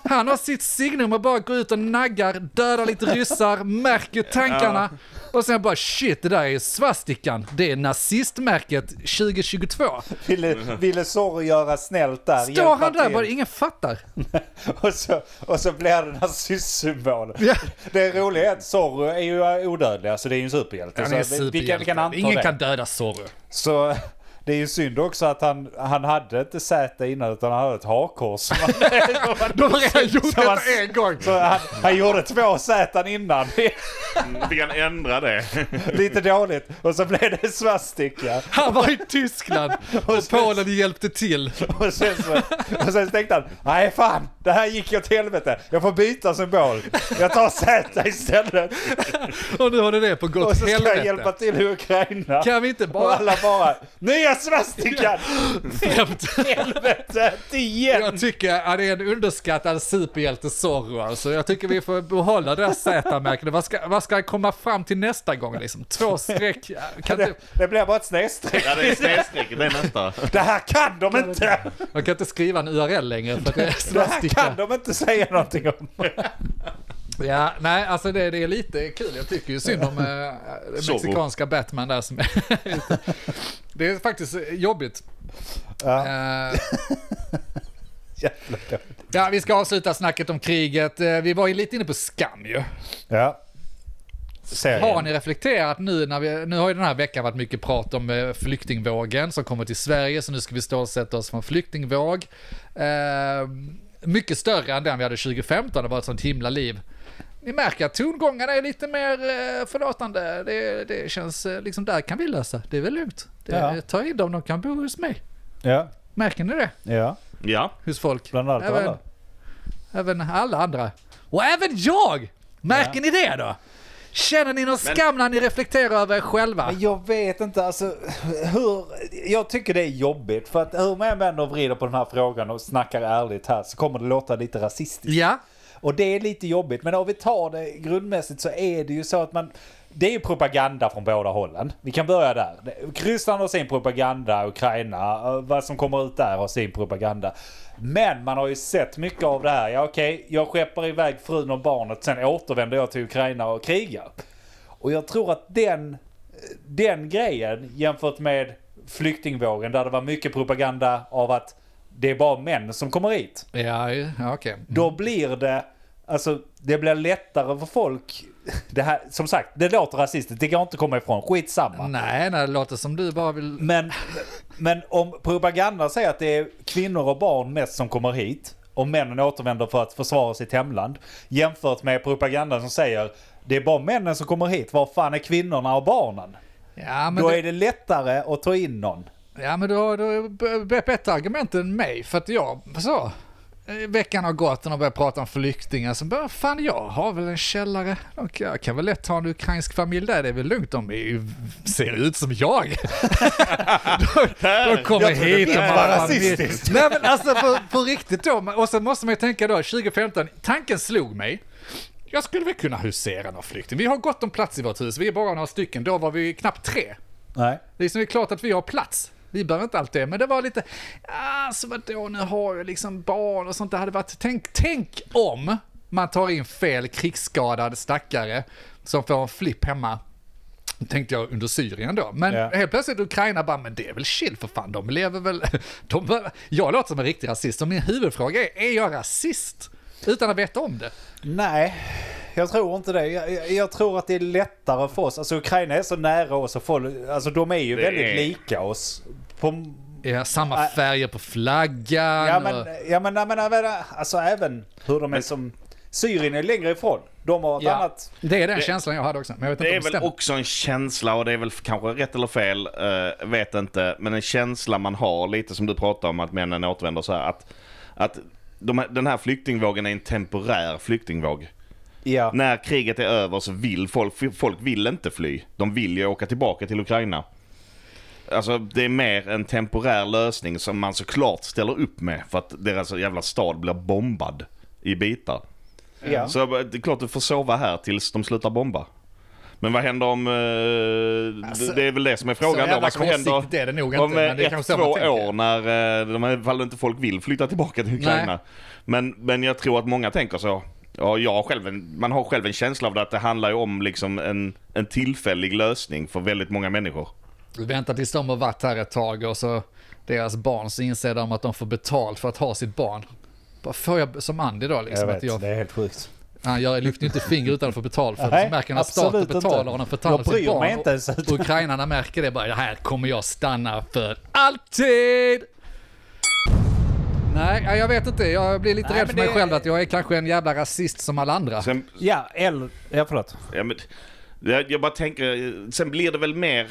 Han har sitt signum och bara går ut och naggar, dödar lite ryssar, märker tankarna. Och sen bara shit, det där är svastikan. Det är nazistmärket 2022.
Ville, ville Zorro göra snällt där.
Står
hjälpa
han där
till.
bara ingen fattar.
Och så, och så blir det nazistsymbol.
Ja.
Det roliga är att Zorro är ju odödlig, alltså det är ju en superhjälte.
Han är
så vi, vi kan, vi kan
superhjälte.
anta
Ingen
det.
kan döda Zorro.
Så det är ju synd också att han, han hade inte Z innan utan han hade ett hakkors. som han-
De har redan gjort
han-
detta en gång.
så han, han gjorde två Z innan. Det
Mm. Vi kan ändra det.
är Lite dåligt. Och så blev det svastika.
Han var i Tyskland och
sen-
Polen hjälpte till.
Och sen, så, och sen så tänkte han, nej fan, det här gick ju åt helvete. Jag får byta symbol. Jag tar Z istället.
Och nu har du det på
Och
gott
så ska jag
helvete.
hjälpa till i Ukraina.
Kan vi inte
Och
bara...
alla bara, nya svastikan!
Skämt.
Helvete, inte igen!
Jag tycker att det är en underskattad superhjälte Zorro alltså. Jag tycker vi får behålla det här Z-märket. Vad ska, vad ska jag komma fram till nästa gång liksom? Två streck? Kan
Det,
inte,
det blir bara ett snedstreck.
Ja, det är snedstrecket. Det är nästa.
Det här kan de inte!
jag kan inte skriva en URL längre för att det
Det
är
här kan
svastika.
de inte säga någonting om.
Ja, nej, alltså det, det är lite kul. Jag tycker ju synd om eh, den
Zorro.
mexikanska Batman där som är... Det är faktiskt jobbigt.
Ja,
Eh,
jävla dåligt.
Ja, vi ska avsluta snacket om kriget. Eh, Vi var ju lite inne på skam ju.
Ja.
Har
Serien.
ni reflekterat nu när vi, nu har ju den här veckan varit mycket prat om eh, flyktingvågen som kommer till Sverige, så nu ska vi stålsätta oss för en flyktingvåg. Eh, mycket större än den vi hade 2015, det var ett sånt himla liv. Ni märker att tongångarna är lite mer eh, förlåtande. Det, det känns eh, liksom, där kan vi lösa. Det är väl lugnt. Det,
Ja.
Ta in dem, de kan bo hos mig.
Ja,
Märker ni det?
ja.
Ja.
Hos folk.
Bland annat
Även-
alla.
Även alla andra. Och även jag! Märker ni det då? Känner ni någon skam när ni reflekterar över er själva?
Men jag vet inte alltså hur... Jag tycker det är jobbigt för att hur man än vänder och vrider på den här frågan och snackar ärligt här så kommer det låta lite rasistiskt.
Ja,
Och det är lite jobbigt men om vi tar det grundmässigt så är det ju så att man... Det är ju propaganda från båda hållen. Vi kan börja där. Ryssland har sin propaganda, Ukraina, eh, vad som kommer ut där har sin propaganda. Men man har ju sett mycket av det här. Ja okej, jag skeppar iväg frun och barnet, sen återvänder jag till Ukraina och krigar. Och jag tror att den, den grejen jämfört med flyktingvågen där det var mycket propaganda av att det är bara män som kommer hit.
ja, ja okej.
Då blir det, alltså det blir lättare för folk. Det här, som sagt, det låter rasistiskt, det går inte att komma ifrån, skitsamma.
Mm. Nej, nej, det låter som du bara vill...
Men, men om propaganda säger att det är kvinnor och barn mest som kommer hit och männen återvänder för att försvara sitt hemland jämfört med propaganda som säger det är bara männen som kommer hit, var fan är kvinnorna och barnen?
Ja, men
Då
du-
är det lättare att ta in någon.
Ja men du har, du har b- b- bättre argument än mig för att jag, så. eh, Veckan har gått och de börjar prata om flyktingar så bara, fan jag har väl en källare. Och jag kan väl lätt ha en ukrainsk familj där, det är väl lugnt. De är ju, ser ut som jag. de, de kommer
Jag trodde
hit
det
och
var
bara...
rasistiskt.
Nej men alltså på, på riktigt då. Och så måste man ju tänka då, 2015, tanken slog mig. Jag skulle väl kunna husera någon flykting. Vi har gott om plats i vårt hus, vi är bara några stycken. Då var vi knappt tre.
Nej.
Liksom det är klart att vi har plats. Vi behöver inte allt det, men det var lite, alltså vadå, nu har jag liksom barn och sånt. Det hade varit, tänk, tänk om man tar in fel krigsskadad stackare som får en flipp hemma. Tänkte jag under Syrien då. Men
Ja.
helt plötsligt Ukraina bara, men det är väl chill för fan, de lever väl... De, behöver- jag låter som en riktig rasist, och min huvudfråga är, är jag rasist? Utan att veta om det.
Nej, jag tror inte det. Jag, jag, jag tror att det är lättare för oss. Alltså Ukraina är så nära oss och folk, alltså de är ju
Det
väldigt
är-
lika oss. På,
Ja, samma färger på flaggan.
ja
och-
men, ja men, ja, men, även- alltså även hur de är som... Syrien är längre ifrån. De har ett
ja.
annat...
Det är den känslan jag hade också, men jag vet inte
Det är
om det
väl
stämmer.
också en känsla och det är väl kanske rätt eller fel, eh, vet inte. Men en känsla man har lite som du pratar om att männen återvänder så här. Att, att de, här- den här flyktingvågen är en temporär flyktingvåg.
Ja.
När kriget är över så vill folk, folk vill inte fly. De vill ju åka tillbaka till Ukraina. Alltså det är mer en temporär lösning som man såklart ställer upp med för att deras jävla stad blir bombad i bitar.
ja.
Så jag bara, det är klart du får sova här tills de slutar bomba. Men vad händer om... eh,
Alltså,
det är väl det som är
så
frågan då.
jävla
Vad kommer hända
kortsiktigt är det nog inte,
om
men det är
eh, ett,
kanske
två
så man tänker.
år när eh, de här, ifall inte folk vill flytta tillbaka till Ukraina.
Nej.
Men, men jag tror att många tänker så. Ja, jag har själv en, man har själv en känsla av det att det handlar ju om liksom en, en tillfällig lösning för väldigt många människor.
Vi väntar tills de har varit här ett tag och så deras barn så inser de att de får betalt för att ha sitt barn. Vad får jag som Andy då liksom?
Jag
att
vet,
jag,
det är helt sjukt.
Han gör, lyfter ju inte finger utan att få betalt för det.
Nej,
Så märker han att
absolut
staten betalar
inte.
honom för att ta hand om
Jag
sitt
bryr mig
barn.
inte ens.
Och ukrainarna märker det bara, "Det här kommer jag stanna för alltid! Nej, ja, jag vet inte. Jag blir lite
Nej,
rädd
men
för mig
det-
själv att jag är kanske en jävla rasist som alla andra.
Sen,
Ja, eller... Ja, förlåt.
Ja, men, jag, jag bara tänker, sen blir det väl mer...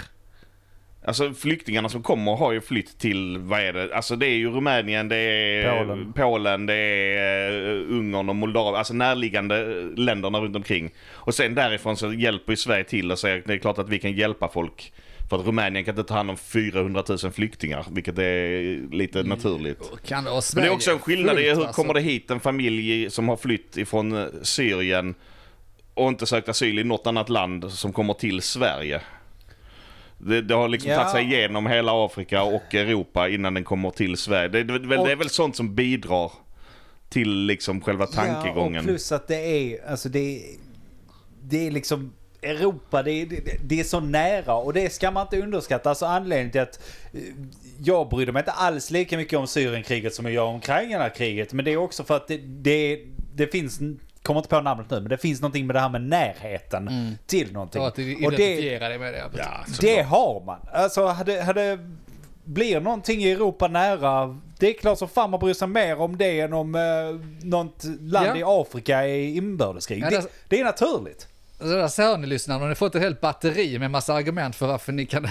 Alltså flyktingarna som kommer har ju flytt till, vad är det? Alltså det är ju Rumänien, det är
Polen.
Polen det är eh, Ungern och Moldavien. Alltså närliggande eh, länderna runt omkring. Och sen därifrån så hjälper ju Sverige till och säger att det är klart att vi kan hjälpa folk. För att Rumänien kan inte ta hand om 400 000 flyktingar, vilket är lite naturligt.
Kan det, och
Men
Sverige
det är också en skillnad i
fullt,
hur
alltså.
kommer det hit en familj som har flytt ifrån eh, Syrien och inte sökt asyl i något annat land som kommer till Sverige? Det, det har liksom
Ja.
tagit sig igenom hela Afrika och Europa innan den kommer till Sverige. Det, det, det, det är väl sånt som bidrar till liksom själva
Ja,
tankegången.
och plus att det är, alltså det är, det är liksom Europa, det är, det, det är så nära och det ska man inte underskatta. Alltså anledningen till att eh, jag brydde mig inte alls lika mycket om Syrienkriget som jag gör om Ukraina-kriget. Men det är också för att det, det, det finns, kommer inte på namnet nu, men det finns någonting med det här med närheten till någonting.
Mm. Ja, att
och det,
identifiera dig med det.
Ja, så-
det har man. Alltså hade, hade, blir någonting i Europa nära, det är klart som fan man bryr sig mer om det än om eh, något land
Ja.
i Afrika i inbördeskrig.
Ja, alltså-
det,
det-
det är naturligt.
Så Alltså, där så hör ni lyssnarna, och ni har fått ett helt batteri med massa argument för varför ni kan...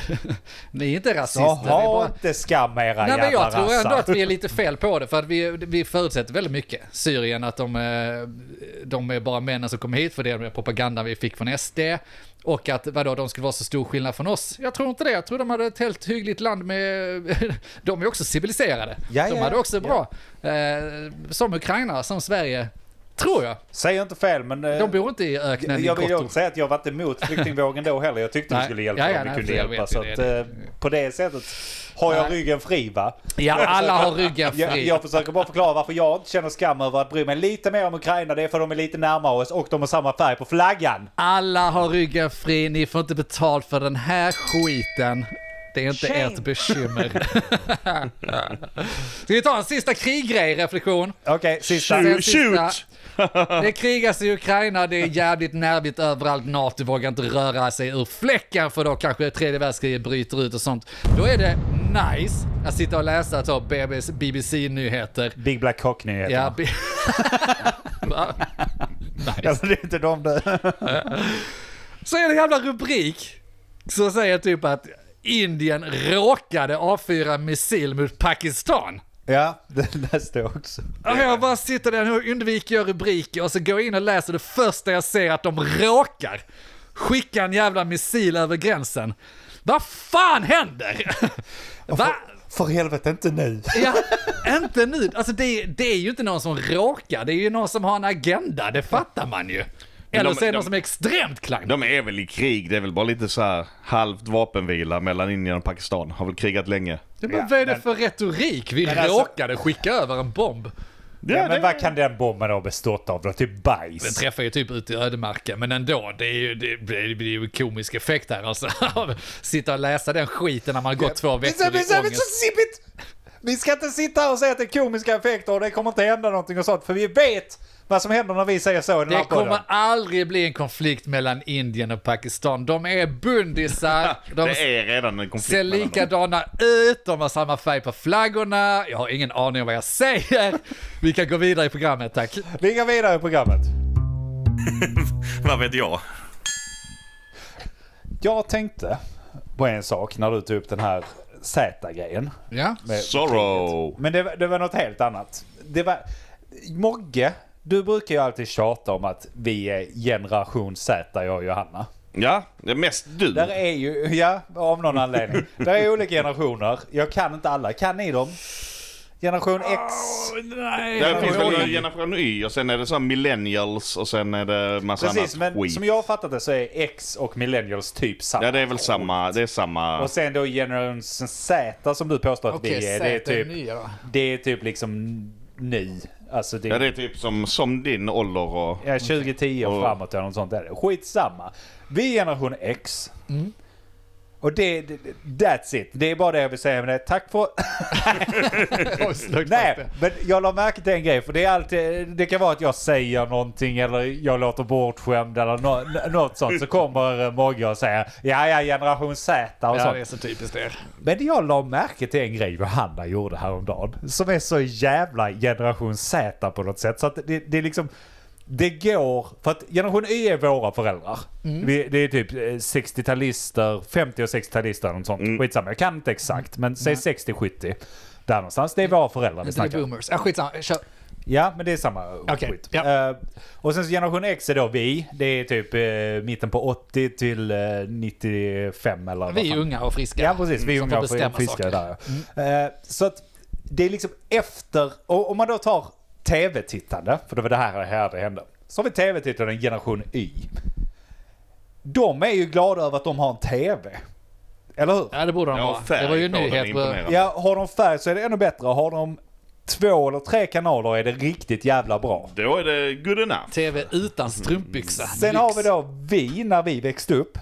ni är inte
Så
rasister, ni är
ha
bara...
inte skam era
Nej men
jävla
jag tror ändå
rassar.
att vi är lite fel på det, för att vi, vi förutsätter väldigt mycket. Syrien, att de, eh, de är bara männen som kommer hit för det med propagandan vi fick från SD. Och att vadå, de skulle vara så stor skillnad från oss. Jag tror inte det, jag tror de hade ett helt hyggligt land med... de är också civiliserade.
Ja,
de
ja,
hade också
ja.
bra. Eh, som Ukraina, som Sverige. Tror jag.
Säg inte fel men... eh,
De bor inte i öknen
jag
i
vill
grottor.
också säga att jag var inte emot flyktingvågen då heller. Jag tyckte vi
Nej.
skulle hjälpa
Ja, ja,
om vi
nej,
kunde
jag
hjälpa.
vet
Så
ju
att,
det.
eh, på det sättet har jag
Nej.
ryggen fri va?
Ja, alla har ryggen fri.
Jag, jag försöker bara förklara varför jag inte känner skam över att bry mig lite mer om Ukraina. Det är för att de är lite närmare oss och de har samma färg på flaggan.
Alla har ryggen fri, ni får inte betalt för den här skiten. Det är inte
Shame.
ert bekymmer. Ska vi ta en sista kriggrej, reflektion?
Okej, sista.
Sen
Shoot!
sista. Det krigas i Ukraina, det är jävligt nervigt överallt. NATO vågar inte röra sig ur fläcken för då kanske tredje världskriget bryter ut och sånt. Då är det nice att sitta och läsa typ BBS BBC-nyheter.
Big Black Cock-nyheterna.
Ja, bi- Va?
Alltså det är inte de där.
Så är det en jävla rubrik som säger typ att Indien råkade avfyra missil mot Pakistan.
Ja, det läste jag också.
Och jag bara sitter där och undviker jag rubriker och så går jag in och läser det första jag ser att de råkar skicka en jävla missil över gränsen. Vad fan händer? Va?
För helvete, inte nu.
Ja, inte nu. Alltså det, det är ju inte någon som råkar, det är ju någon som har en agenda, det fattar man ju. Eller
de-
så är det någon
de-
som är extremt klantig.
De är väl i krig, det är väl bara lite så här halvt vapenvila mellan Indien och Pakistan. Har väl krigat länge.
Ja, men
Ja,
vad är det
men-
för retorik? Vi
Men alltså-
råkade skicka över en bomb.
Ja, men vad kan den bomben ha bestått av då? Typ
Den
bajs?
träffar ju typ ut i ödemarken, men ändå. Det, är ju, det, blir- det blir ju en komisk effekt här alltså. Sitta och läsa den skiten när man har gått två veckor i ångest.
sippigt! Vi ska inte sitta här och säga att det är komiska effekter och det kommer inte hända någonting och sånt. För vi vet vad som händer när vi säger så i den här
Det
podden.
kommer aldrig bli en konflikt mellan Indien och Pakistan. De är bundisar, de
Det är redan en konflikt
ser
mellan dem.
likadana ut, de har samma färg på flaggorna. Jag har ingen aning om vad jag säger. Vi kan gå vidare i programmet, tack.
Vi går vidare i programmet.
Vad vet jag?
Jag tänkte på en sak när du tog upp den här Z-grejen.
Ja,
med-
Sorrow!
Men det, var- det var något helt annat. Det var... Mogge, du brukar ju alltid tjata om att vi är generation Z, jag och Johanna.
Ja, det är mest du.
Där är ju, ja, av någon anledning. Där är olika generationer. Jag kan inte alla. Kan ni dem? Generation X.
Där
Ja,
finns
ja,
väl
ja.
generation Y och sen är det så här millennials och sen är det massa
Precis,
annat
men
skit.
som jag har fattat det så är X och millennials typ samma.
Ja, det är väl samma. Det är samma.
Och sen då generation Z som du påstår att
okej,
vi är.
säg
Det är,
att det är
typ,
nya då.
det är typ liksom ny. Alltså det,
Ja, det är typ som, som din ålder och...
Ja, 2010 och
Och-
framåt eller något sånt. Där. Skitsamma. Vi är generation X.
Mm.
Och det, det, that's it. Det är bara det jag vill säga med det. Tack för...
Oj, slog fast
Nej,
det.
men jag la märke till en grej. För det är alltid... Det kan vara att jag säger någonting eller jag låter bortskämd eller no, något sånt. Så kommer eh, Mogge och säger ja, ja, generation Z och
Ja,
sånt.
det är så typiskt er.
Men jag la märke till en grej Johanna gjorde häromdagen. Som är så jävla generation Z på något sätt. Så att det, det är liksom... Det går... För att generation Y är våra föräldrar.
Mm.
Vi, det är typ eh, 60-talister, 50 och 60-talister eller något sånt.
Mm.
Skitsamma, jag kan inte exakt. Men säg 60-70. Där någonstans. Det är våra föräldrar vi
Inte det
snackar.
boomers. Ja, skitsamma. Kör.
Ja, men det är samma
Okej,
skit.
ja.
Eh, och sen så generation X är då vi. Det är typ eh, mitten på 80 till eh, 95 eller vad
Vi är
fan.
unga och friska.
Ja mm, precis, vi är
Som
unga och
får bestämma
friska
saker.
där. ja. Eh, Så att det är liksom efter, och om man då tar tv-tittande, för det var det här, här det hände. Så har vi tv-tittande generation Y. De är ju glada över att de har en tv. Eller hur?
Ja, det borde de
Ja,
vara.
färg
Det var ju en
på den
nyhet. På...
imponerar.
Ja, har de färg så är det ännu bättre. Har de två eller tre kanaler är det riktigt jävla bra.
Då är det good enough.
TV utan strumpbyxa.
Mm. Sen
Lyx.
har vi då vi när vi växte upp.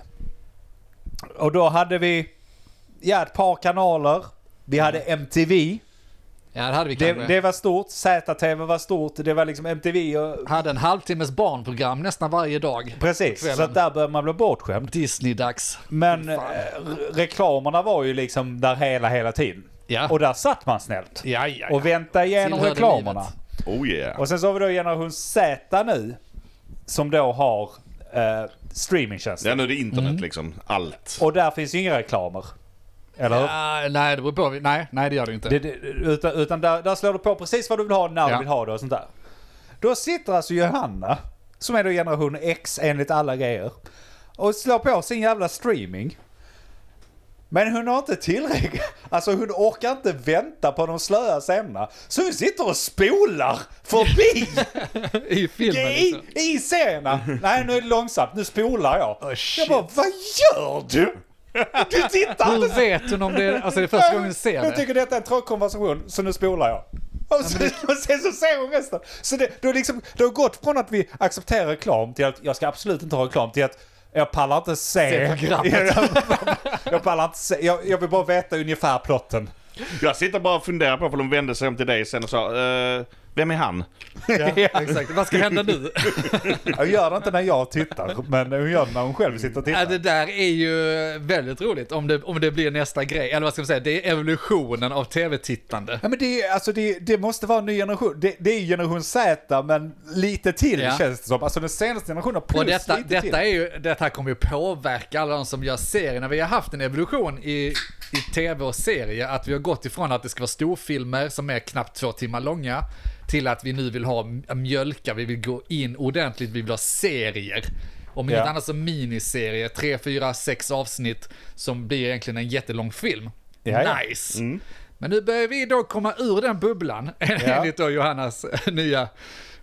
Och då hade vi ja, ett par kanaler. Vi hade
Mm.
MTV.
Ja, det hade vi
Det,
kanske.
det var stort, ZTV var stort, det var liksom MTV och...
Hade en halvtimmes barnprogram nästan varje dag.
Precis,
Kvällen.
så att där började man bli bortskämd.
Disney-dags.
Men eh, re- reklamerna var ju liksom där hela, hela tiden.
Ja.
Och där satt man snällt.
Ja, ja, ja.
Och väntade igenom
Tillhörde
reklamerna.
livet.
Oh yeah.
Och sen så har vi då generation Z nu. Som då har eh, streamingtjänster.
Ja, nu är det internet liksom. Allt.
Och där finns ju inga reklamer. Eller hur?
Ja, nej, det beror på. Nej, nej, det gör det inte.
Det, det, utan utan där, där slår du på precis vad du vill ha, när du
Ja.
vill ha det och sånt där. Då sitter alltså Johanna, som är då generation X enligt alla grejer, och slår på sin jävla streaming. Men hon har inte tillräckligt, alltså hon orkar inte vänta på de slöa scenerna. Så hon sitter och spolar förbi
I filmen
i,
liksom.
i scenerna. Nej nu är det långsamt, nu spolar jag.
Oh, shit.
jag bara, vad gör du? Du tittar inte
Hur vet hon om det är... Alltså det är första gången du ser
Hon
det.
tycker detta är en tråkig konversation, så nu spolar jag. Och, så, och sen så ser hon resten. Så det, det, har liksom, det har gått från att vi accepterar reklam till att jag ska absolut inte ha reklam till att jag pallar inte se.
Se programmet.
jag pallar inte se. Jag, jag vill bara veta ungefär plotten.
Jag sitter bara och funderar på för de vände sig om till dig sen och sa eh, Vem är han?
Ja, exakt. Vad ska hända nu?
Hon gör det inte när jag tittar, men hon gör det när hon själv sitter och
Ja,
tittar.
det där är ju väldigt roligt om det, om det blir nästa grej. Eller vad ska man säga, det är evolutionen av tv-tittande.
Ja, men det, är- alltså det, det måste vara en ny generation. Det, det är ju generation Z, men lite till
Ja.
känns det som. Alltså den senaste generationen plus
Och detta,
lite till.
detta, är ju, detta kommer ju påverka alla de som gör serierna. Vi har haft en evolution i, i tv och serie, att vi har gått ifrån att det ska vara storfilmer som är knappt två timmar långa, till att vi nu vill ha m- äh, mjölka, vi vill gå in ordentligt, vi vill ha serier. Om inget
Ja.
annat så miniserier, tre, fyra, sex avsnitt som blir egentligen en jättelång film.
Ja, Mm. ja.
Nice! Men nu börjar vi då komma ur den bubblan, enligt då Johannas nya,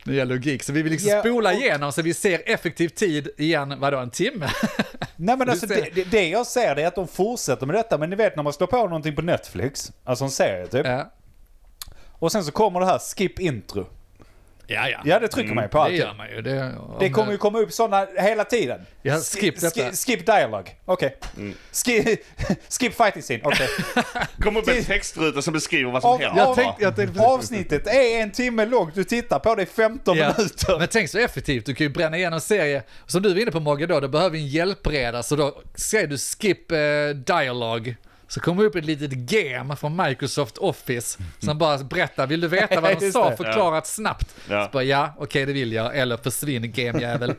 nya logik. Så vi vill liksom
Ja,
spola
och-
igenom så vi ser effektiv tid igen, vadå, en timme?
Nej men
Du
alltså
ser.
det, det, det jag ser det är att de fortsätter med detta. Men ni vet när man slår på någonting på Netflix, alltså en serie typ.
ja,
Och sen så kommer det här skip intro.
ja. ja.
Ja det trycker man ju på
Mm, det
alltid.
gör man ju. Det, om
Det kommer ju komma upp sådana hela tiden.
Ja, skip
Sk-
detta. Mm.
skip dialogue. Okej. Skip, skip fighting scene. Okej.
Kom upp en textruta som beskriver vad som
Av,
händer.
Jag
av,
tänkte- jag tänkte-
avsnittet är en timme långt. Du tittar på det i 15
Ja.
minuter.
Men tänk så effektivt, du kan ju bränna igenom serie. Som du var inne på Mogge då, då behöver vi en hjälpreda, så då säger du skip eh, dialog. Så kommer upp ett litet game från Microsoft Office som bara berättar, vill du veta vad de
Just
sa
det.
förklarat snabbt?
Ja.
Så bara, ja, okej det vill jag, eller försvinn gamejävel.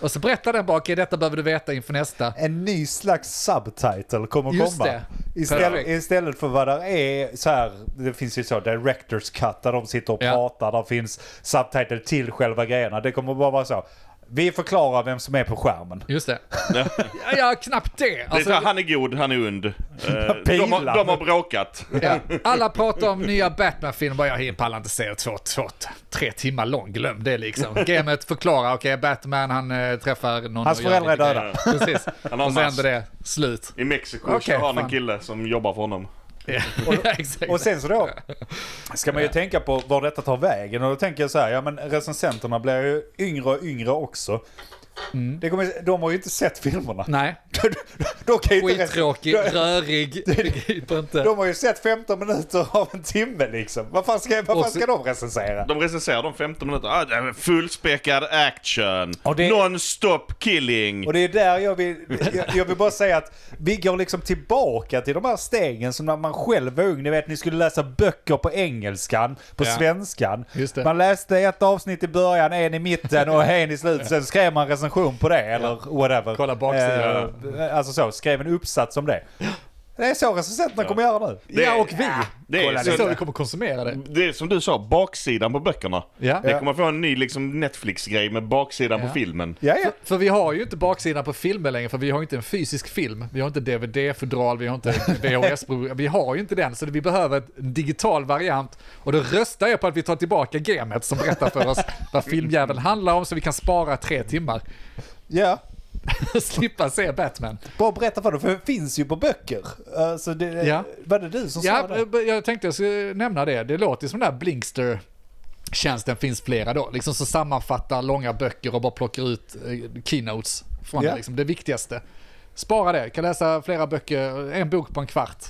Och så berättar den bara, okej detta behöver du veta inför nästa.
En ny slags subtitle kommer
Just
komma.
det.
Istället,
Perfekt.
istället för vad där är så här, det finns ju så directors cut där de sitter och
Ja.
pratar, där finns subtitle till själva grejerna. Det kommer bara vara så. Vi förklarar vem som är på skärmen.
Just det. Ja, ja knappt det.
Det är så
Alltså,
här, han är god, han är ond. Eh, de, har,
Pilar.
de har bråkat.
ja, alla pratar om nya Batman-filmer, bara jag pallar inte se två, två, tre timmar lång, glöm det liksom. Gamet förklarar, okej Batman han eh, träffar någon
Hans
och gör
föräldrar är
lite
döda.
grejer. Precis,
Han har
och så
mask.
händer det, slut.
I Mexiko
Okej,
så har han en
fan.
kille som jobbar för honom.
Ja, ja, exakt.
Och sen så då ska man ju tänka på var detta tar vägen. Och då tänker jag så här, ja men recensenterna blir ju yngre och yngre också. Det kommer, de har ju inte sett filmerna.
Mm. Nej,
De kan ju inte
skittråkig,
rec-
rörig, begriper inte.
De har ju sett 15 minuter av en timme liksom. Vad fan ska, vad
Och
fan
så-
ska de recensera?
De recenserar de 15 minuter. Ah, det är fullspäckad action.
Och det-
Non-stop killing.
Och det är där jag vill, jag, jag vill bara säga att vi går liksom tillbaka till de här stegen som när man själv var ung. Ni vet, ni skulle läsa böcker på engelskan, på
Ja.
svenskan.
Just det.
Man läste ett avsnitt i början, en i mitten och en i slutet. Sen skrev man recension på det eller whatever.
Kolla baksidan.
Eh, alltså så, skrev en uppsats om det. Det är så recensenterna kommer göra nu.
Det-
ja, och vi.
det är Mm.
Kolla,
så-
det är så vi kommer konsumera det.
Det är som du sa, baksidan på böckerna.
Ja.
Det kommer få en ny liksom, Netflix-grej med baksidan
Ja.
på filmen.
Ja, ja.
För, för vi har ju inte baksidan på filmer längre, för vi har inte en fysisk film. Vi har inte DVD-fodral, vi har inte vhs Vi har ju inte den, så vi behöver en digital variant. Och då röstar jag på att vi tar tillbaka gamet som berättar för oss vad filmjäveln handlar om, så vi kan spara tre timmar.
ja.
Slippa se Batman.
Bara berätta för dem, för det finns ju på böcker. Alltså det,
Ja.
Var det du som sa
Ja, eh,
det?
jag tänkte jag skulle nämna det. Det låter ju som den där Blinkster tjänsten finns flera då, liksom så sammanfattar långa böcker och bara plockar ut eh, keynotes från
Ja.
det, liksom det viktigaste. Spara det, kan läsa flera böcker, eh, en bok på en kvart.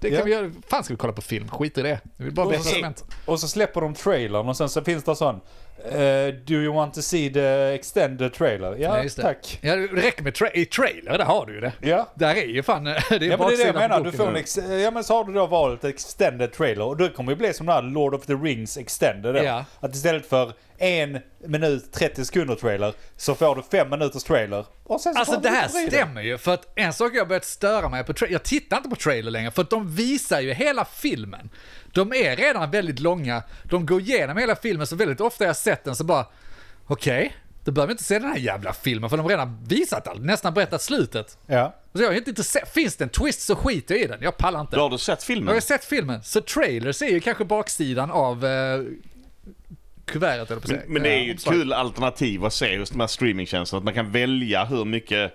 Det kan
Ja.
vi göra, fan ska vi kolla på film, skit i det. Vi vill bara bli
Och så,
konsument.
och så släpper de trailern och sen så finns det sån eh, do you want to see the extended trailer? Ja,
Nej, just det.
tack.
Ja, det räcker med tra- i trailer, där har du ju det.
Ja.
Där är ju fan, eh, det
Ja men det är
är
det jag
baksidan på
menar, du
boken.
får en ex- ja men så har du då valt extended trailer och det kommer ju bli som den här Lord of the Rings extended då.
Ja.
Att istället för en minut 30 sekunder trailer så får du fem minuters trailer. Och sen så
Alltså
tar
det
vi
här
vidare i
stämmer ju, för att en sak jag har börjat störa mig på, tra- jag tittar inte på trailer längre, för att de visar ju hela filmen. De är redan väldigt långa, de går igenom hela filmen, så väldigt ofta jag sett den så bara, okej, då behöver vi inte se den här jävla filmen, för de har redan visat allt, nästan berättat slutet.
Ja.
Så jag har ju inte se- finns det en twist så skiter jag i den, jag pallar inte.
Då har du sett
Jag har
filmen?
ju sett filmen, så trailers är ju kanske baksidan av eh, kuvertet, eller på att säga. Eh,
Men, men det är ju
Ja,
ett
omslaget.
kul alternativ att se just de här streamingtjänsterna. Att man kan välja hur mycket...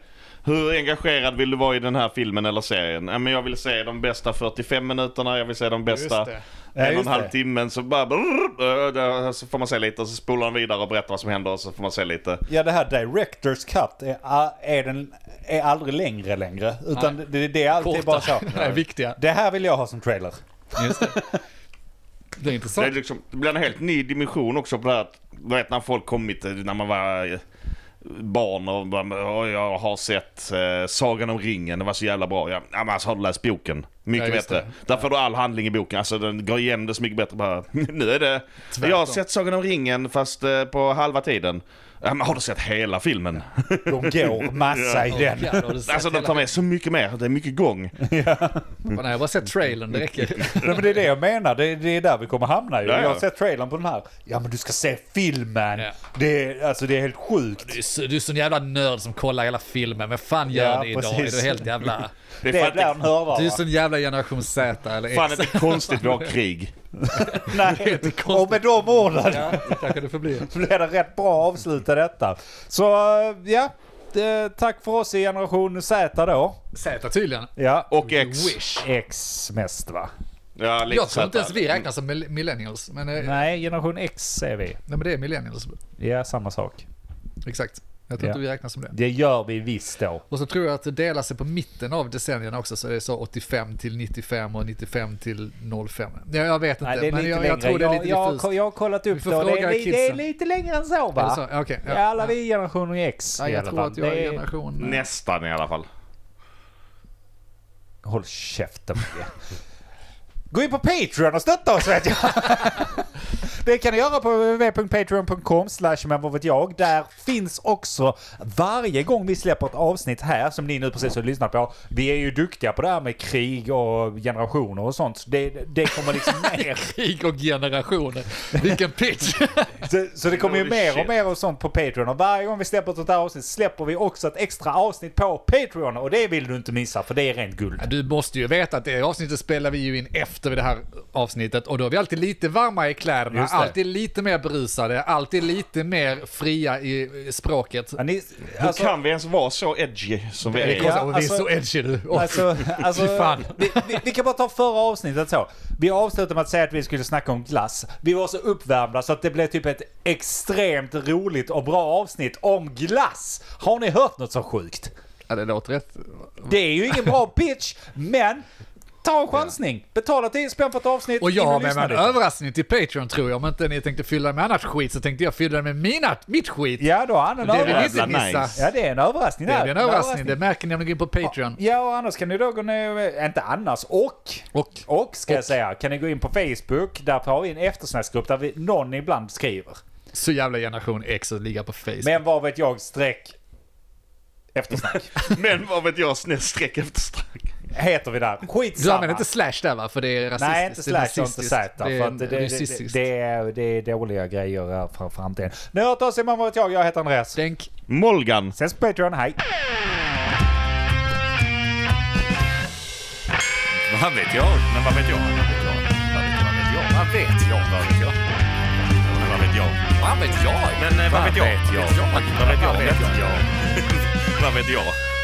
Hur engagerad vill du vara i den här filmen eller serien? Ja, men jag vill se de bästa 45 minuterna, jag vill se de bästa
Just det.
Ja,
en och
just
en halv
det.
timmen. Så bara... brrr, äh, Så får man se lite och så spolar de vidare och berättar vad som händer och så får man se lite.
Ja det här director's cut är, är, den, är aldrig längre längre. Utan
Nej.
det, det är alltid
Korta.
bara så.
Det här är viktiga.
Det här vill jag ha som trailer.
Just det. Det är
Det,
intressant.
är liksom, det blir en helt ny dimension också på det här. att- Du vet när folk kommit, eh, när man var eh, barn och bara, "Åh, jag har sett eh, Sagan om ringen, det var så jävla bra. Ja, ja, men alltså har du läst boken? Mycket
Ja, just
bättre.
det.
Där får du all handling i boken, alltså den går igen det så mycket bättre. Bara, nu är det,
Tvärtom.
jag har sett Sagan om ringen fast eh, på halva tiden. Ja, men har du sett hela filmen?
De går massa i
Åh,
den.
jävlar, har du sett
Alltså de
hela
tar med så mycket mer, det är mycket gång.
filmen? Nej, jag har bara sett trailern, det räcker.
Nej, men det är det jag menar, det, det är där vi kommer hamna ju.
Ja, ja.
Jag har sett trailern på den här. Ja men du ska se filmen.
Ja.
Det, är, alltså, det är helt sjukt.
Du är så- du är sån jävla nörd som kollar hela filmen, men fan gör
Ja,
det idag?
precis.
Är du helt jävla...
Det är,
Det är
fan,
där den
inte,
hörvar
Du är
va?
sån jävla generation Z eller X.
fan inte konstigt vi har krig.
Nej,
inte konstigt.
och med de orden
Ja, det kanske det får bli.
blev det rätt bra att avsluta detta. Så eh, ja, eh, tack för oss i generation Z då.
Z tydligen.
Ja, och
Och X.
Wish.
X mest va?
Ja, lite
Jag
så
tror
här.
inte ens vi räknas som mill- millennials, men, eh, nej.
Nej, generation X är vi.
men det är millennials.
Ja, samma sak.
Exakt. Jag tror
Ja.
inte vi räknas som det.
Det gör vi visst då.
Och så tror jag att det delar sig på mitten av decennierna också, så det är så 85 till 95 och 95 till 05. Ja, jag vet inte,
Nej, det är
men
lite
jag,
längre.
jag tror det är lite
jag,
diffust.
jag, jag har kollat upp
får
det och det är,
fråga
li- det är
kidsen.
lite längre än så
Är
va?
det så? Ja, Okej.
Ja, alla vi är generation X
Ja,
i
jag
alla
tror
fall.
att jag
Det
är
är-
generation...
Nästan i alla fall.
Håll käften Micke. Gå in på Patreon och stötta oss vet jag. Det kan ni göra på www.patreon.com slash men vad vet jag. Där finns också varje gång vi släpper ett avsnitt här som ni nu precis har lyssnat på. Vi är ju duktiga på det här med krig och generationer och sånt. Det, det kommer liksom mer.
Krig och generationer. Vilken pitch!
Så, så det kommer ju
Holy
mer och
shit.
mer och sånt på Patreon. Och varje gång vi släpper ett sånt här avsnitt släpper vi också ett extra avsnitt på Patreon. Och det vill du inte missa för det är rent guld.
Du måste ju veta att det avsnittet spelar vi ju in efter det här avsnittet och då är vi alltid lite varmare i kläderna,
Just det.
alltid lite mer berusade, alltid lite mer fria i i språket.
Ja, Ni,
Hur
alltså-
kan vi ens vara så edgy som vi
Det
är?
är konstigt,
Ja,
och vi är
alltså-
så edgy du. Åh,
Alltså, alltså,
fy fan.
Vi, vi, vi kan bara ta förra avsnittet så. Vi avslutade med att säga att vi skulle snacka om glass. Vi var så uppvärmda så att det blev typ ett extremt roligt och bra avsnitt om glass. Har ni hört något så sjukt?
Ja, det låter rätt.
Det är ju ingen bra pitch, men ta en chansning. Betala 10 spänn för ett avsnitt.
Och jag
in
har med mig
lyssna
en
lite.
överraskning till Patreon tror jag, om inte ni tänkte fylla med annat skit så tänkte jag fylla med mina, mitt skit.
Ja, då har han en
Det vill ni
överraskning.
inte
Jävla
missa.
nice.
Ja, det är en överraskning.
Det
där.
är en överraskning, det märker ni om ni går in på Patreon.
Ja, och annars kan ni då gå ner, inte annars, och
Och
Och ska jag säga, kan ni gå in på Facebook, där har vi en eftersnacksgrupp där vi, någon ibland skriver.
så jävla generation X att ligga på Facebook.
Men vad vet jag, streck eftersnack.
Men vad vet jag, snett streck efter streck.
Heter vi där.
Du
Skitsamma.
använder inte slash där va? För det är rasistiskt.
Nej, inte
det är
slash och inte
nazistiskt.
Z.
Det
För
är
att det, det, det, det, är,
rasistiskt.
det är dåliga grejer här för framtiden. Nu har jag tagit sig man vad vet jag, jag heter Andreas.
Denk.
Molgan.
Ses på Patreon, hej!
Vad vet jag? Men vad vet jag? Vad vet jag? Vad vet jag? Vad vet jag? Men vad vet jag? eh, Vad vet jag? Men vad vet jag? Vad vet jag? Vad vet jag? Vad vet jag?